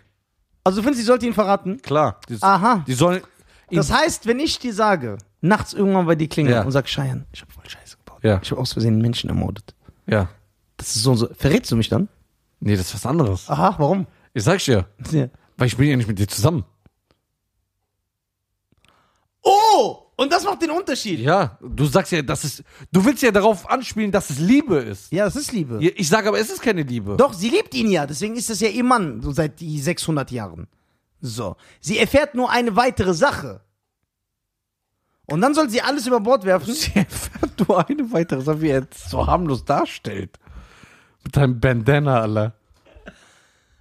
[SPEAKER 1] Also du findest, sie sollte ihn verraten?
[SPEAKER 2] klar. Die,
[SPEAKER 1] Aha.
[SPEAKER 2] Die sollen ihn
[SPEAKER 1] Das heißt, wenn ich dir sage, nachts irgendwann bei dir klingel
[SPEAKER 2] Ja.
[SPEAKER 1] und sag, Scheiern, ich habe voll Scheiße gebaut.
[SPEAKER 2] Ja.
[SPEAKER 1] Ich habe aus Versehen einen Menschen ermordet.
[SPEAKER 2] Ja.
[SPEAKER 1] Das ist so und so. Verrätst du mich dann?
[SPEAKER 2] Nee, das ist was anderes.
[SPEAKER 1] Aha, warum?
[SPEAKER 2] Ich sag's dir,
[SPEAKER 1] Ja.
[SPEAKER 2] weil ich bin ja nicht mit dir zusammen.
[SPEAKER 1] Oh, und das macht den Unterschied. Ja,
[SPEAKER 2] Ja, du sagst ja, das ist. Du willst ja darauf anspielen, dass es Liebe ist.
[SPEAKER 1] das ist Liebe.
[SPEAKER 2] Ja, Ich sage aber, es ist keine Liebe. (laughs)
[SPEAKER 1] Doch, sie liebt ihn ja. Deswegen ist das ja ihr Mann so seit die 600 Jahren. So. Sie erfährt nur eine weitere Sache. Und dann soll sie alles über Bord werfen.
[SPEAKER 2] Sie erfährt nur eine weitere Sache, wie er jetzt so harmlos darstellt. Mit deinem Bandana, Alter.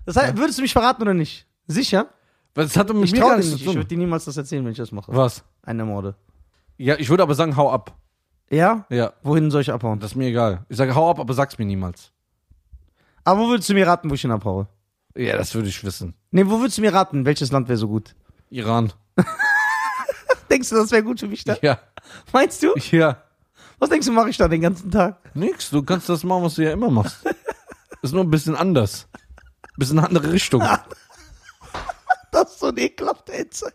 [SPEAKER 1] Das heißt, würdest du mich verraten oder nicht? Sicher?
[SPEAKER 2] Was hat denn mit
[SPEAKER 1] Ich
[SPEAKER 2] mir gar
[SPEAKER 1] traue dir
[SPEAKER 2] nichts
[SPEAKER 1] nicht.
[SPEAKER 2] zu
[SPEAKER 1] Ich würde
[SPEAKER 2] tun?
[SPEAKER 1] dir niemals das erzählen, wenn ich das mache.
[SPEAKER 2] Was?
[SPEAKER 1] Eine Morde.
[SPEAKER 2] Ja, ich würde aber sagen, hau ab.
[SPEAKER 1] Ja?
[SPEAKER 2] Ja,
[SPEAKER 1] Wohin soll ich abhauen?
[SPEAKER 2] das ist mir egal. Ich sage, hau ab, aber sag's mir niemals.
[SPEAKER 1] Aber wo würdest du mir raten, wo ich hin abhaue?
[SPEAKER 2] Ja, das würde ich wissen.
[SPEAKER 1] Nee, wo würdest du mir raten, welches Land wäre so gut?
[SPEAKER 2] Iran.
[SPEAKER 1] Denkst du, das wäre gut für mich da?
[SPEAKER 2] Ja.
[SPEAKER 1] Meinst du?
[SPEAKER 2] Ja.
[SPEAKER 1] Was denkst du, mache ich da den ganzen Tag?
[SPEAKER 2] (laughs) Nix, du kannst das machen, was du ja immer machst. Ist nur ein bisschen anders. Bisschen eine andere Richtung. (laughs)
[SPEAKER 1] Das ist so ein ekelhafter Hitze.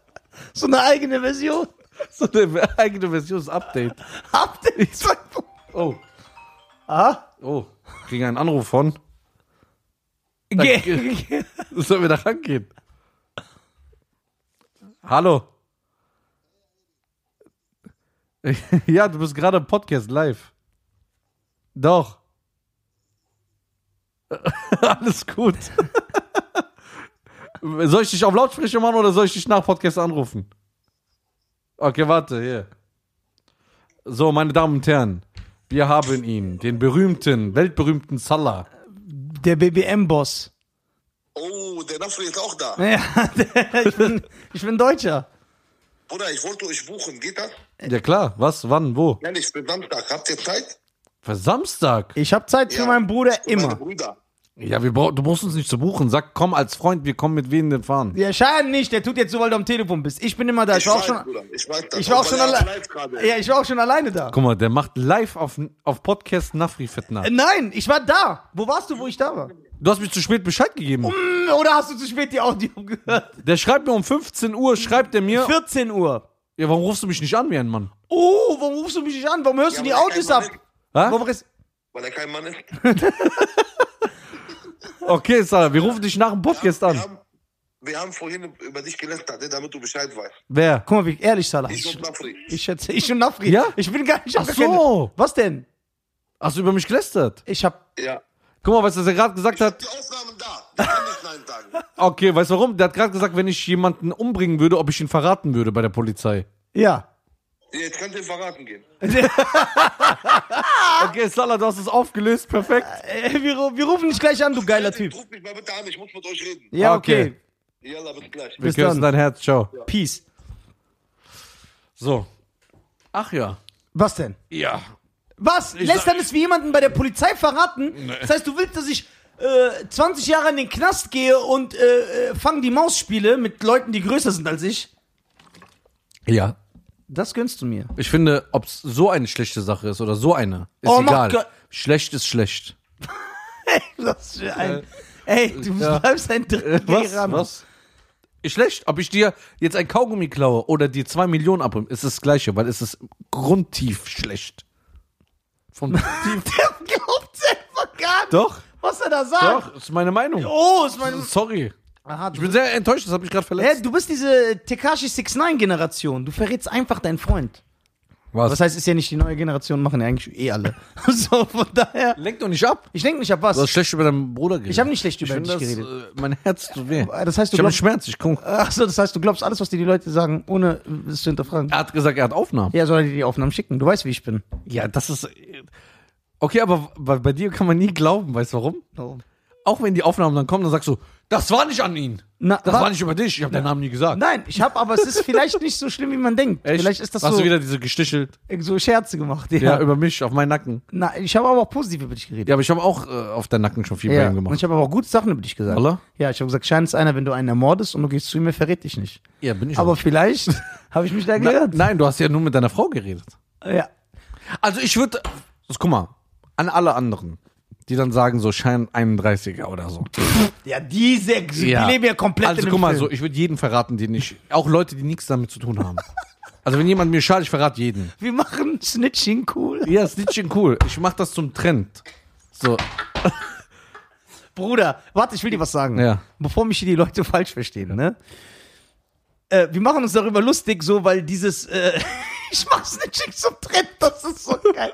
[SPEAKER 1] So eine eigene Version.
[SPEAKER 2] (laughs) So eine eigene Version, das Update.
[SPEAKER 1] Ab dem Zeitpunkt.
[SPEAKER 2] Oh,
[SPEAKER 1] Ah?
[SPEAKER 2] oh. Kriegen einen Anruf von.
[SPEAKER 1] Ge
[SPEAKER 2] Sollen wir da rangehen? Hallo. (laughs) Ja, du bist gerade im Podcast live. Doch. (laughs) Alles gut. (laughs) soll ich dich auf Lautsprecher machen oder soll ich dich nach Podcast anrufen? Okay, warte, hier. So, meine Damen und Herren, wir haben ihn, den berühmten, weltberühmten Salah.
[SPEAKER 1] der BBM-Boss.
[SPEAKER 3] Oh, der Nafri ist auch da.
[SPEAKER 1] Ja, der, ich, bin, ich bin Deutscher.
[SPEAKER 3] Bruder, ich wollte euch buchen. Geht das?
[SPEAKER 2] Ja klar, was, wann, wo?
[SPEAKER 3] Nein, ich bin Samstag. Habt ihr Zeit?
[SPEAKER 2] Für Samstag?
[SPEAKER 1] Ich habe Zeit für
[SPEAKER 3] Ja.
[SPEAKER 1] meinen Bruder
[SPEAKER 3] Meine
[SPEAKER 1] immer.
[SPEAKER 3] Brüder.
[SPEAKER 2] Ja, wir brauch, du brauchst uns nicht zu buchen. Sag, komm als Freund, wir kommen mit wem denn fahren?
[SPEAKER 1] Ja, schade nicht, der tut jetzt so, weil du am Telefon bist. Ich bin immer da. Ich, war auch
[SPEAKER 3] weiß,
[SPEAKER 1] schon,
[SPEAKER 3] Bruder, ich weiß das.
[SPEAKER 1] ich war auch
[SPEAKER 3] Aber
[SPEAKER 1] schon
[SPEAKER 3] der hat
[SPEAKER 1] alle-
[SPEAKER 3] live gerade.
[SPEAKER 1] ja, ich war auch schon alleine da.
[SPEAKER 2] Guck mal, der macht live auf, auf Podcast Nafri Fitna.
[SPEAKER 1] Äh, Nein, ich war da. Wo warst du, wo ich da war?
[SPEAKER 2] Du hast mir zu spät Bescheid gegeben.
[SPEAKER 1] Hm, Oder hast du zu spät die Audio gehört?
[SPEAKER 2] Der schreibt mir um 15 Uhr, schreibt er mir.
[SPEAKER 1] 14 Uhr.
[SPEAKER 2] Ja, warum rufst du mich nicht an wie ein Mann?
[SPEAKER 1] Oh, warum rufst du mich nicht an? Warum hörst
[SPEAKER 3] Ja,
[SPEAKER 1] du die
[SPEAKER 3] aber
[SPEAKER 1] Audios
[SPEAKER 3] kein
[SPEAKER 1] ab?
[SPEAKER 3] Mann
[SPEAKER 2] Hä?
[SPEAKER 1] Warum ist,
[SPEAKER 3] Weil er kein Mann ist.
[SPEAKER 2] Okay, Sarah, wir rufen dich nach dem Podcast
[SPEAKER 3] Wir
[SPEAKER 2] an.
[SPEAKER 3] haben, wir haben vorhin über dich gelästert, ne, damit du Bescheid weißt.
[SPEAKER 2] Wer?
[SPEAKER 1] guck mal, wie ehrlich, Salah.
[SPEAKER 3] Ich
[SPEAKER 1] Ich,
[SPEAKER 3] und Nafri.
[SPEAKER 1] ich schätze, ich und Nafri.
[SPEAKER 2] Ja?
[SPEAKER 1] Ich bin gar nicht
[SPEAKER 2] Ach
[SPEAKER 1] auf der Kenne.
[SPEAKER 2] so.
[SPEAKER 1] Was denn?
[SPEAKER 2] Hast du über mich gelästert?
[SPEAKER 1] Ich hab.
[SPEAKER 3] Ja.
[SPEAKER 2] Guck mal, weißt du, was er gerade gesagt hat?
[SPEAKER 3] Die Aufnahmen da. Ich kann nicht Nein
[SPEAKER 1] (laughs)
[SPEAKER 3] sagen.
[SPEAKER 2] Okay, weißt du warum? Der hat gerade gesagt, wenn ich jemanden umbringen würde, ob ich ihn verraten würde bei der Polizei.
[SPEAKER 1] (laughs) Ja. Äh,
[SPEAKER 3] Jetzt könnt ihr verraten gehen.
[SPEAKER 2] Okay, Salah, du hast es aufgelöst, perfekt.
[SPEAKER 1] Ah! Äh, wir, ru- wir rufen dich gleich an, du geiler Typ.
[SPEAKER 3] Ruf mich mal bitte an, ich muss mit euch reden.
[SPEAKER 1] Ja,
[SPEAKER 2] Okay.
[SPEAKER 1] okay.
[SPEAKER 3] Jalla, bis gleich.
[SPEAKER 2] Wir
[SPEAKER 1] Bis dann.
[SPEAKER 2] küssen dein Herz, ciao.
[SPEAKER 1] Peace.
[SPEAKER 2] So. Ach ja.
[SPEAKER 1] Was denn?
[SPEAKER 2] Ja.
[SPEAKER 1] Was? Lästern ist wie jemanden bei der Polizei verraten? Das heißt, du willst, dass ich äh, 20 Jahre in den Knast gehe und äh, äh, fang die Maus spiele mit Leuten, die größer sind als ich?
[SPEAKER 2] Ja.
[SPEAKER 1] Das gönnst du
[SPEAKER 2] (laughs)
[SPEAKER 1] mir.
[SPEAKER 2] Ich finde, ob es so eine schlechte Sache ist oder so eine, ist
[SPEAKER 1] Oh mein
[SPEAKER 2] egal.
[SPEAKER 1] Gott.
[SPEAKER 2] Schlecht ist schlecht.
[SPEAKER 1] Das ist ein, Äh, ey, du
[SPEAKER 2] ja. Äh,
[SPEAKER 1] bleibst ein Dreckgeram. (laughs)
[SPEAKER 2] Ist schlecht. Ob ich dir jetzt ein Kaugummi klaue oder dir zwei Millionen abnehme, ist das Gleiche, weil es ist grundtief schlecht.
[SPEAKER 1] (laughs)
[SPEAKER 2] Von tief.
[SPEAKER 1] Der glaubt selber gar nicht,
[SPEAKER 2] Doch.
[SPEAKER 1] was er da sagt.
[SPEAKER 2] Doch, ist meine Meinung.
[SPEAKER 1] Oh, ist mein...
[SPEAKER 2] Sorry.
[SPEAKER 1] Aha, du,
[SPEAKER 2] Ich bin sehr enttäuscht, das hat mich gerade verletzt.
[SPEAKER 1] Hä, du bist diese Tekashi69-Generation. Du verrätst einfach deinen Freund. Was heißt, ist ja nicht die neue Generation, machen ja eigentlich eh alle. (laughs) so, von daher...
[SPEAKER 2] Lenk doch nicht ab.
[SPEAKER 1] Ich denke nicht ab was.
[SPEAKER 2] Du hast schlecht über deinen Bruder geredet.
[SPEAKER 1] Ich hab nicht schlecht über
[SPEAKER 2] find
[SPEAKER 1] dich
[SPEAKER 2] das,
[SPEAKER 1] geredet.
[SPEAKER 2] äh, Mein Herz tut weh.
[SPEAKER 1] Das heißt, du
[SPEAKER 2] ich habe
[SPEAKER 1] glaubst,
[SPEAKER 2] Schmerz. Ich komm.
[SPEAKER 1] achso, das heißt, du glaubst alles, was dir die Leute sagen, ohne äh, es zu hinterfragen.
[SPEAKER 2] Er hat gesagt, er hat Aufnahmen.
[SPEAKER 1] Ja, soll er dir die Aufnahmen schicken? Du weißt, wie ich bin.
[SPEAKER 2] Ja, das ist. Okay, aber bei, bei dir kann man nie glauben, weißt du warum? Auch wenn die Aufnahmen dann kommen, dann sagst du, das war nicht an ihn.
[SPEAKER 1] Na,
[SPEAKER 2] das
[SPEAKER 1] wa-
[SPEAKER 2] war nicht über dich. Ich habe deinen Namen nie gesagt.
[SPEAKER 1] Nein, ich hab, aber es ist vielleicht nicht so schlimm, wie man denkt.
[SPEAKER 2] Echt?
[SPEAKER 1] Vielleicht ist das
[SPEAKER 2] Hast
[SPEAKER 1] so,
[SPEAKER 2] du wieder diese gestichelt?
[SPEAKER 1] so Scherze gemacht. Ja.
[SPEAKER 2] Ja. über mich, auf meinen Nacken.
[SPEAKER 1] Na, ich habe aber auch positiv über dich geredet.
[SPEAKER 2] Ja, aber ich habe auch äh, auf deinen Nacken schon viel bei ihm
[SPEAKER 1] Und
[SPEAKER 2] gemacht.
[SPEAKER 1] ich habe aber auch gute Sachen über dich gesagt.
[SPEAKER 2] Allah?
[SPEAKER 1] Ja, ich habe gesagt, Schein ist einer, wenn du einen ermordest und du gehst zu ihm, er verrät dich nicht.
[SPEAKER 2] Ja, bin ich
[SPEAKER 1] Aber
[SPEAKER 2] auch. (laughs)
[SPEAKER 1] vielleicht habe ich mich da
[SPEAKER 2] Na,
[SPEAKER 1] geirrt.
[SPEAKER 2] nein, du hast ja nur mit deiner Frau geredet.
[SPEAKER 1] Ja.
[SPEAKER 2] Also ich würde, also guck mal, an alle anderen, die dann sagen so Schein 31er oder so.
[SPEAKER 1] ja, die sechs, die leben ja komplett
[SPEAKER 2] Also
[SPEAKER 1] in einem
[SPEAKER 2] guck mal,
[SPEAKER 1] Film.
[SPEAKER 2] so ich würde jeden verraten, den ich, auch Leute, die nichts damit zu tun
[SPEAKER 1] (laughs)
[SPEAKER 2] haben. Also wenn jemand mir schadet, ich verrate jeden.
[SPEAKER 1] Wir machen Snitching cool.
[SPEAKER 2] Ja, ist nicht schön cool. Ich mache das zum Trend. So,
[SPEAKER 1] Bruder, warte, ich will dir was sagen.
[SPEAKER 2] Ja.
[SPEAKER 1] Bevor mich hier die Leute (laughs) falsch verstehen, ne? Äh, wir machen uns darüber lustig, so, weil dieses, äh, (laughs) ich mach's nicht schick zum Trend, das ist so geil.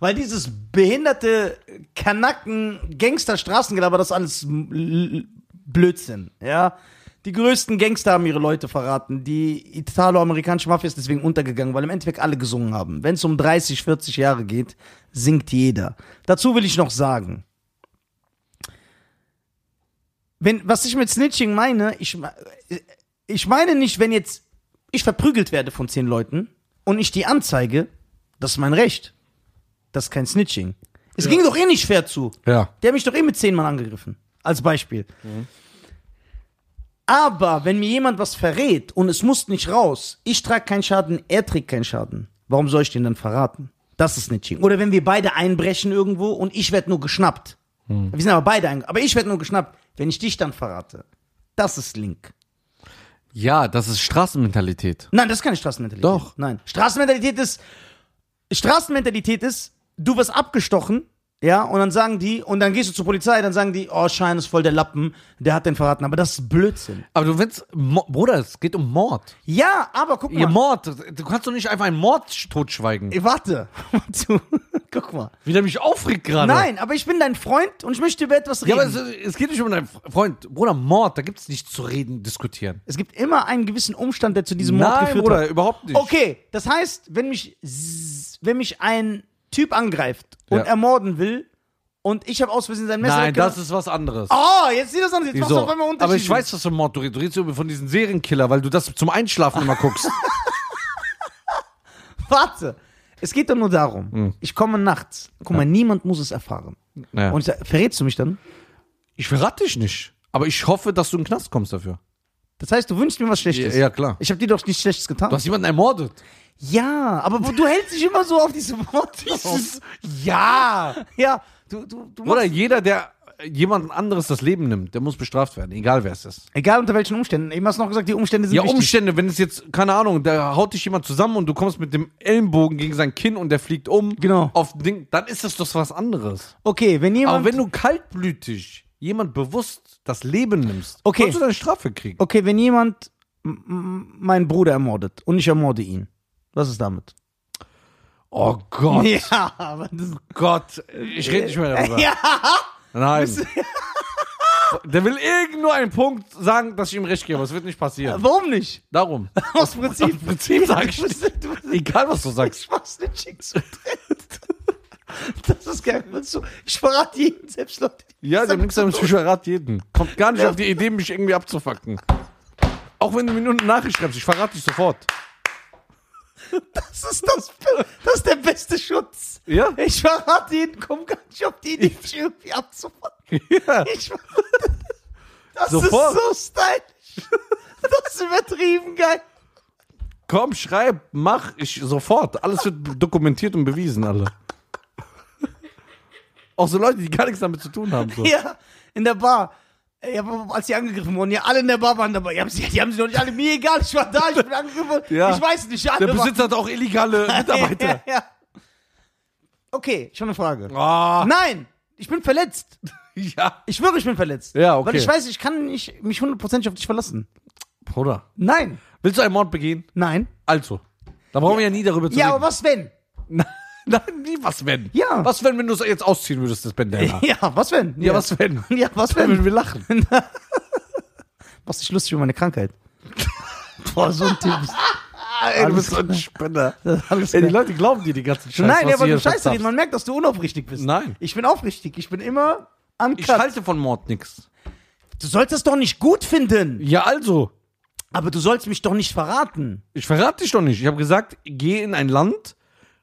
[SPEAKER 1] Weil dieses behinderte Kanacken, Gangster, Straßengelaber, das ist alles m- l- Blödsinn, ja? Die größten Gangster haben ihre Leute verraten. Die italo-amerikanische Mafia ist deswegen untergegangen, weil im Endeffekt alle gesungen haben. Wenn es um 30, 40 Jahre geht, singt jeder. Dazu will ich noch sagen, wenn, was ich mit Snitching meine, ich, me- ich meine nicht, wenn jetzt ich verprügelt werde von zehn Leuten und ich die anzeige, das ist mein Recht. Das ist kein Snitching. Es ging doch eh nicht fair zu.
[SPEAKER 2] ja.
[SPEAKER 1] Der hat mich doch eh mit zehn Mann angegriffen. Als Beispiel. Aber wenn mir jemand was verrät und es muss nicht raus, ich trage keinen Schaden, er trägt keinen Schaden. Warum soll ich den dann verraten? Das ist Snitching. Oder wenn wir beide einbrechen irgendwo und ich werde nur geschnappt. Wir sind aber beide eingeschnappt. Aber ich werde nur geschnappt, wenn ich dich dann verrate. Das ist Link.
[SPEAKER 2] Ja, das ist Straßenmentalität.
[SPEAKER 1] Nein, das ist keine Straßenmentalität.
[SPEAKER 2] Doch.
[SPEAKER 1] Nein. Straßenmentalität ist. Straßenmentalität ist, du wirst abgestochen, ja, und dann sagen die, und dann gehst du zur Polizei, dann sagen die, oh, Schein ist voll der Lappen, der hat den verraten. Aber das ist Blödsinn.
[SPEAKER 2] Aber du willst, Mo Bruder, es geht um Mord.
[SPEAKER 1] Ja, aber guck
[SPEAKER 2] Ihr
[SPEAKER 1] mal.
[SPEAKER 2] Mord, du kannst doch nicht einfach einen Mord totschweigen.
[SPEAKER 1] Ey, warte. (laughs) Hör zu. guck mal.
[SPEAKER 2] Wie der mich aufregt gerade.
[SPEAKER 1] Nein, aber ich bin dein Freund und ich möchte über etwas
[SPEAKER 2] Ja,
[SPEAKER 1] reden.
[SPEAKER 2] aber es, es geht nicht um deinen Freund. Bruder, Mord, da gibt es nichts zu reden, diskutieren.
[SPEAKER 1] es gibt immer einen gewissen Umstand, der zu diesem Mord
[SPEAKER 2] Nein,
[SPEAKER 1] geführt
[SPEAKER 2] Bruder,
[SPEAKER 1] hat.
[SPEAKER 2] überhaupt nicht.
[SPEAKER 1] Okay, das heißt, wenn mich, s- wenn mich ein Typ angreift und
[SPEAKER 2] Ja.
[SPEAKER 1] ermorden will und ich habe aus Versehen sein Messer
[SPEAKER 2] Nein, das
[SPEAKER 1] weggenommen-
[SPEAKER 2] ist was anderes.
[SPEAKER 1] Oh, jetzt sieht das anders. Jetzt machst du auf einmal Unterschied.
[SPEAKER 2] Aber ich weiß, was für ein Mord du redest. Du redest über- von diesen Serienkiller, weil du das zum Einschlafen
[SPEAKER 1] (laughs)
[SPEAKER 2] immer guckst.
[SPEAKER 1] Warte. Es geht doch nur darum. Ich komme nachts. Guck mal, niemand muss es erfahren.
[SPEAKER 2] Hm. Ja.
[SPEAKER 1] Und ich sag, verrätst du mich dann?
[SPEAKER 2] ich verrate dich nicht. Aber ich hoffe, dass du in den Knast kommst dafür.
[SPEAKER 1] Das heißt, du wünschst mir was Schlechtes.
[SPEAKER 2] Ja, klar.
[SPEAKER 1] Ich habe dir doch nichts Schlechtes getan.
[SPEAKER 2] Du hast jemanden ermordet.
[SPEAKER 1] Ja, aber wo- du hältst dich immer so auf diese
[SPEAKER 2] (laughs)
[SPEAKER 1] Worte.
[SPEAKER 2] ja!
[SPEAKER 1] ja, du, du, du
[SPEAKER 2] Oder
[SPEAKER 1] machst,
[SPEAKER 2] jeder, der jemand anderes das Leben nimmt, der muss bestraft werden, egal wer es ist.
[SPEAKER 1] egal unter welchen Umständen. Eben hast du noch gesagt, die Umstände sind
[SPEAKER 2] Ja,
[SPEAKER 1] wichtig.
[SPEAKER 2] Umstände, wenn es jetzt, keine Ahnung, da haut dich jemand zusammen und du kommst mit dem Ellenbogen gegen sein Kinn und der fliegt um
[SPEAKER 1] Genau.
[SPEAKER 2] auf ein Ding, dann ist das doch was anderes.
[SPEAKER 1] Okay, wenn jemand.
[SPEAKER 2] Aber wenn du kaltblütig jemand bewusst das Leben nimmst,
[SPEAKER 1] Okay.
[SPEAKER 2] kannst du deine Strafe kriegen.
[SPEAKER 1] okay, wenn jemand m- m- meinen Bruder ermordet und ich ermorde ihn. Was ist damit?
[SPEAKER 2] Oh Gott,
[SPEAKER 1] (laughs) Ja, aber das
[SPEAKER 2] (laughs) Gott, ich rede nicht mehr darüber.
[SPEAKER 1] Ja,
[SPEAKER 2] Nein. (laughs) Der will irgend nur einen Punkt sagen, dass ich ihm recht gebe. aber Es wird nicht passieren.
[SPEAKER 1] warum nicht?
[SPEAKER 2] Darum.
[SPEAKER 1] Aus Prinzip.
[SPEAKER 2] Im Prinzip sag ich
[SPEAKER 1] Du bist- du bist-
[SPEAKER 2] (laughs) Egal, was du sagst.
[SPEAKER 1] Ich mach's nicht schickst Das ist geil. Weißt du, Ich verrate jeden, selbst Leute. die-
[SPEAKER 2] Ja, du nimmst am verrat jeden. Kommt gar nicht auf die Idee, mich irgendwie abzufacken. Auch wenn du mir nur eine Nachricht schreibst, ich verrate dich sofort.
[SPEAKER 1] Das ist, das, das ist der beste Schutz. (laughs)
[SPEAKER 2] Ja?
[SPEAKER 1] Ich verrate ihn, komm gar nicht auf die Idee, mich irgendwie abzufangen.
[SPEAKER 2] Ja.
[SPEAKER 1] Ich verrate. Das
[SPEAKER 2] Sofort.
[SPEAKER 1] ist so stylisch. Das ist übertrieben geil.
[SPEAKER 2] Komm, schreib, mach, ich sofort. Alles wird dokumentiert und
[SPEAKER 1] (laughs)
[SPEAKER 2] bewiesen, alle. Auch so Leute, die gar nichts damit zu tun haben. So.
[SPEAKER 1] Ja, in der Bar. Ja, als die angegriffen wurden, ja, alle in der Bar waren dabei. Ja, die haben sie doch nicht alle. Mir egal, ich war da, ich bin angegriffen worden.
[SPEAKER 2] Ja.
[SPEAKER 1] Ich weiß nicht, alle
[SPEAKER 2] Der Besitzer hat
[SPEAKER 1] (laughs)
[SPEAKER 2] auch illegale Mitarbeiter.
[SPEAKER 1] Ja, ja. Okay, ich habe eine Frage.
[SPEAKER 2] Ah,
[SPEAKER 1] Nein, ich bin verletzt.
[SPEAKER 2] ja.
[SPEAKER 1] Ich schwöre, ich bin verletzt.
[SPEAKER 2] Ja, okay.
[SPEAKER 1] Weil ich weiß, ich kann nicht, mich hundertprozentig auf dich verlassen.
[SPEAKER 2] Bruder.
[SPEAKER 1] Nein,
[SPEAKER 2] Willst du einen Mord begehen?
[SPEAKER 1] nein.
[SPEAKER 2] Also. Da brauchen wir ja nie darüber zu
[SPEAKER 1] Ja, aber
[SPEAKER 2] reden.
[SPEAKER 1] was wenn?
[SPEAKER 2] (laughs) Nein, nie was wenn.
[SPEAKER 1] Ja.
[SPEAKER 2] Was wenn, wenn du es jetzt ausziehen würdest,
[SPEAKER 1] (laughs)
[SPEAKER 2] das Bandana?
[SPEAKER 1] Ja, was wenn?
[SPEAKER 2] Ja, was wenn?
[SPEAKER 1] Ja, was
[SPEAKER 2] Dann würden
[SPEAKER 1] wenn?
[SPEAKER 2] wir
[SPEAKER 1] (laughs)
[SPEAKER 2] lachen.
[SPEAKER 1] Was dich lustig über meine Krankheit.
[SPEAKER 2] (laughs)
[SPEAKER 1] Boah, so ein Typ. ist-
[SPEAKER 2] Ey,
[SPEAKER 1] Alles klar. (laughs)
[SPEAKER 2] Spinner.
[SPEAKER 1] Alles
[SPEAKER 2] Ey, die
[SPEAKER 1] klar.
[SPEAKER 2] Leute glauben dir die ganzen Scheiße.
[SPEAKER 1] Nein, ja,
[SPEAKER 2] was
[SPEAKER 1] weil
[SPEAKER 2] hier
[SPEAKER 1] du Scheiße
[SPEAKER 2] verzapfst.
[SPEAKER 1] redest. Man merkt, dass du unaufrichtig bist.
[SPEAKER 2] Nein.
[SPEAKER 1] Ich bin aufrichtig. Ich bin immer am
[SPEAKER 2] Ich
[SPEAKER 1] Cut.
[SPEAKER 2] halte von Mord nix.
[SPEAKER 1] Du sollst das doch nicht gut finden.
[SPEAKER 2] Ja, also.
[SPEAKER 1] Aber du sollst mich doch nicht verraten.
[SPEAKER 2] Ich verrate dich doch nicht. Ich habe gesagt, geh in ein Land,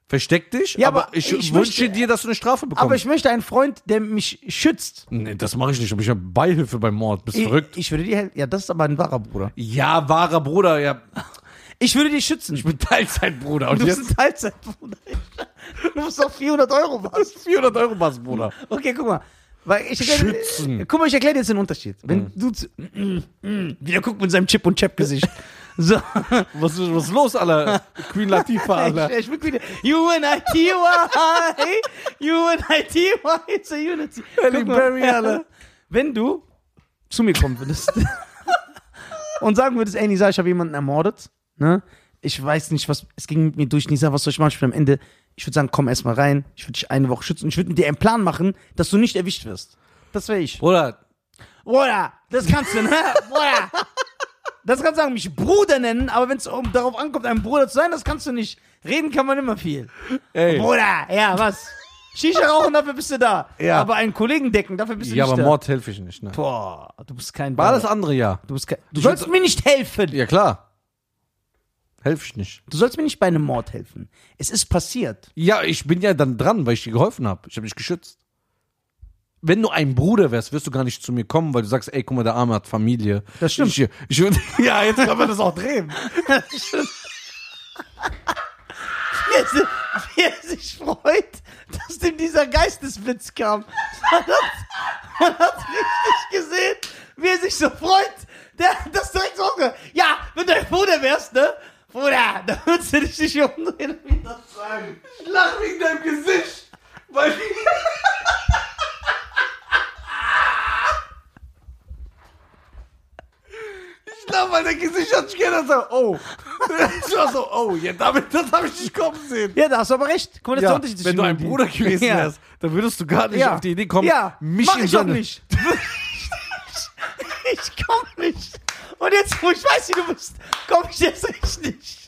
[SPEAKER 2] versteck dich,
[SPEAKER 1] Ja,
[SPEAKER 2] aber,
[SPEAKER 1] aber
[SPEAKER 2] ich,
[SPEAKER 1] ich
[SPEAKER 2] wünsche
[SPEAKER 1] möchte-
[SPEAKER 2] dir, dass du eine Strafe bekommst.
[SPEAKER 1] Aber ich möchte einen Freund, der mich schützt.
[SPEAKER 2] nee, das mache ich nicht. Aber ich habe Beihilfe beim Mord. Bist verrückt.
[SPEAKER 1] Ich, ich würde dir helfen. Ja, das ist aber ein wahrer Bruder.
[SPEAKER 2] Ja, wahrer Bruder. Ja,
[SPEAKER 1] Ich würde dich schützen.
[SPEAKER 2] ich bin Teilzeitbruder. Und
[SPEAKER 1] du
[SPEAKER 2] jetzt
[SPEAKER 1] bist ein Teilzeitbruder. (laughs) Du bist auf 400 Euro was.
[SPEAKER 2] 400 Euro Bass, Bruder.
[SPEAKER 1] Okay, guck mal. Weil ich erklär,
[SPEAKER 2] Schützen.
[SPEAKER 1] Guck mal, ich erkläre dir jetzt den Unterschied. Wenn du zu, wieder guckt mit seinem Chip und Chap Gesicht. So,
[SPEAKER 2] Was ist was ist
[SPEAKER 1] (laughs)
[SPEAKER 2] los, Alter? Queen Latifah, Alter.
[SPEAKER 1] ich, ich bin wieder. You and I T Y, you and I T Y, it's a unity.
[SPEAKER 2] Halle
[SPEAKER 1] Guck mal.
[SPEAKER 2] Berry, Alter.
[SPEAKER 1] Wenn du zu mir kommen (laughs) würdest und sagen würdest, ey Nisa, ich habe jemanden ermordet, ne? Ich weiß nicht, was es ging mit mir durch, Nisa, was soll ich machen? Ich bin am Ende. Ich würde sagen, komm erst mal rein. Ich würde dich eine Woche schützen. Ich würde mit dir einen Plan machen, dass du nicht erwischt wirst. Das wäre ich.
[SPEAKER 2] Bruder,
[SPEAKER 1] Bruder, das kannst du, ne? Bruder. Das kannst du sagen, mich Bruder nennen, aber wenn es um, darauf ankommt, ein Bruder zu sein, das kannst du nicht. Reden kann man immer viel.
[SPEAKER 2] ey.
[SPEAKER 1] Bruder, ja, was? Shisha rauchen, dafür bist du da.
[SPEAKER 2] Ja.
[SPEAKER 1] Aber einen Kollegen decken, dafür bist du
[SPEAKER 2] Ja,
[SPEAKER 1] nicht
[SPEAKER 2] aber
[SPEAKER 1] da.
[SPEAKER 2] Mord helfe ich nicht. Ne?
[SPEAKER 1] Boah, du bist kein
[SPEAKER 2] War
[SPEAKER 1] Bruder.
[SPEAKER 2] das andere ja.
[SPEAKER 1] Du, bist kein, du sollst mir nicht helfen.
[SPEAKER 2] Ja, klar. Helfe ich nicht.
[SPEAKER 1] Du sollst mir nicht bei einem Mord helfen. Es ist passiert.
[SPEAKER 2] Ja, ich bin ja dann dran, weil ich dir geholfen habe. Ich habe dich geschützt. Wenn du ein Bruder wärst, wirst du gar nicht zu mir kommen, weil du sagst, ey, guck mal, der Arme hat Familie.
[SPEAKER 1] Das stimmt.
[SPEAKER 2] Ich, ich würd, (laughs) ja, jetzt kann man das auch drehen.
[SPEAKER 1] Wer sich, wer sich freut, dass
[SPEAKER 4] als dem dieser Geistesblitz kam. Man hat, man hat richtig gesehen, wie er sich so freut. Der hat das direkt so aufgehört. Ja, wenn du ein Bruder wärst, ne? Bruder, da würdest du dich nicht umdrehen und mir das sagen.
[SPEAKER 5] Ich lach wegen deinem Gesicht. Weil ich lach, weil dein Gesicht hat sich geändert. So,
[SPEAKER 2] (laughs)
[SPEAKER 5] Oh. Ich war so, oh, ja, damit, das habe ich nicht kommen sehen.
[SPEAKER 4] Ja, da hast du aber recht. Guck mal, das ist der
[SPEAKER 2] Ja,
[SPEAKER 4] Unterschied
[SPEAKER 2] wenn
[SPEAKER 4] zwischen
[SPEAKER 2] du ein
[SPEAKER 4] den-
[SPEAKER 2] Bruder gewesen
[SPEAKER 4] Ja.
[SPEAKER 2] wärst, dann würdest du gar nicht
[SPEAKER 4] Ja.
[SPEAKER 2] auf die Idee kommen,
[SPEAKER 4] ja.
[SPEAKER 2] mich
[SPEAKER 4] Mach
[SPEAKER 2] in
[SPEAKER 4] ich auch
[SPEAKER 2] seine-
[SPEAKER 4] nicht. (laughs) ich komm nicht. Und jetzt, wo ich weiß, wie du bist, komm ich jetzt echt nicht.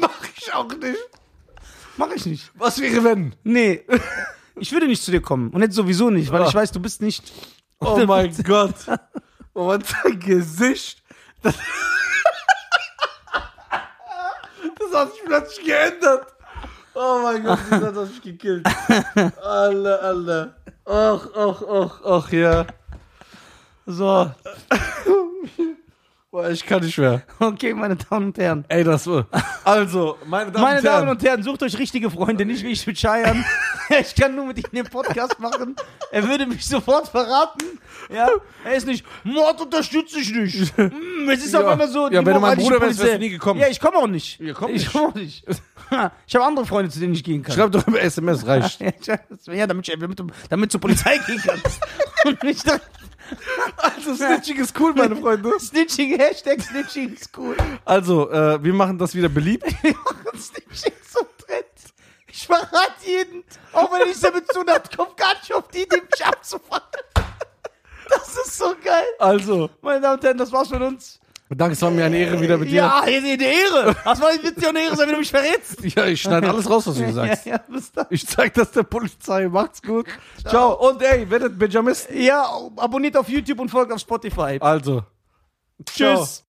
[SPEAKER 5] Mach ich auch nicht.
[SPEAKER 4] Mach ich nicht.
[SPEAKER 2] Was wäre,
[SPEAKER 4] (laughs)
[SPEAKER 2] wenn?
[SPEAKER 4] Nee. Ich würde nicht zu dir kommen. Und jetzt sowieso nicht, weil ich weiß, du bist nicht.
[SPEAKER 2] Oh mein Gott.
[SPEAKER 5] Und sein Gesicht. Das, das hat sich plötzlich geändert. Oh mein Gott, das hat mich gekillt. Alle, alle. Och, och, och, och, ja.
[SPEAKER 4] (laughs) So.
[SPEAKER 2] Boah, ich kann nicht mehr.
[SPEAKER 4] Okay, meine Damen und Herren.
[SPEAKER 2] Ey, das war. Also, meine Damen
[SPEAKER 4] Meine
[SPEAKER 2] und Herren.
[SPEAKER 4] Damen und Herren, sucht euch richtige Freunde, nicht wie ich
[SPEAKER 2] (laughs)
[SPEAKER 4] mit Scheiern. Ich kann nur mit ihm den Podcast machen. Er würde mich sofort verraten. Ja, er ist nicht, Mord unterstütze ich nicht. Mm, Es ist
[SPEAKER 2] Ja.
[SPEAKER 4] auf einmal so.
[SPEAKER 2] Ja, wenn
[SPEAKER 4] die
[SPEAKER 2] du mein
[SPEAKER 4] moralische
[SPEAKER 2] Bruder wärst, wärst du
[SPEAKER 4] Polizei.
[SPEAKER 2] nie gekommen.
[SPEAKER 4] Ja, ich komme auch nicht.
[SPEAKER 2] Ja, komm
[SPEAKER 4] ich
[SPEAKER 2] nicht.
[SPEAKER 4] komme auch nicht. Ich habe andere Freunde, zu denen ich gehen kann.
[SPEAKER 2] Schreib doch über SMS, reicht.
[SPEAKER 4] Ja, ich- ja, damit, ich, damit, du- damit zur Polizei gehen kannst. Und nicht da- (laughs)
[SPEAKER 2] Also, Snitching ist cool, meine Freunde.
[SPEAKER 4] Snitching, Hashtag Snitching ist cool.
[SPEAKER 2] Also, äh, wir machen das wieder beliebt.
[SPEAKER 4] Wir machen Snitching zum Trend. Ich verrate jeden, auch wenn ich damit zu tun habe, kommt gar nicht auf die, Idee, mich abzufangen. Das ist so geil.
[SPEAKER 2] Also,
[SPEAKER 4] Meine Damen und Herren, das war's von uns.
[SPEAKER 2] danke, es war mir eine Ehre wieder mit dir.
[SPEAKER 4] Ja, hier ist die Ehre. Was war wird dir auch eine Ehre sein, wenn du mich verrätst?
[SPEAKER 2] Ja, ich schneide alles raus, was du sagst.
[SPEAKER 4] Ja, ja, bis dann.
[SPEAKER 2] Ich zeig das der Polizei. Macht's gut. Ciao. Und ey, werdet Benjamin.
[SPEAKER 4] ja, abonniert auf YouTube und folgt auf Spotify.
[SPEAKER 2] Also.
[SPEAKER 4] Tschüss.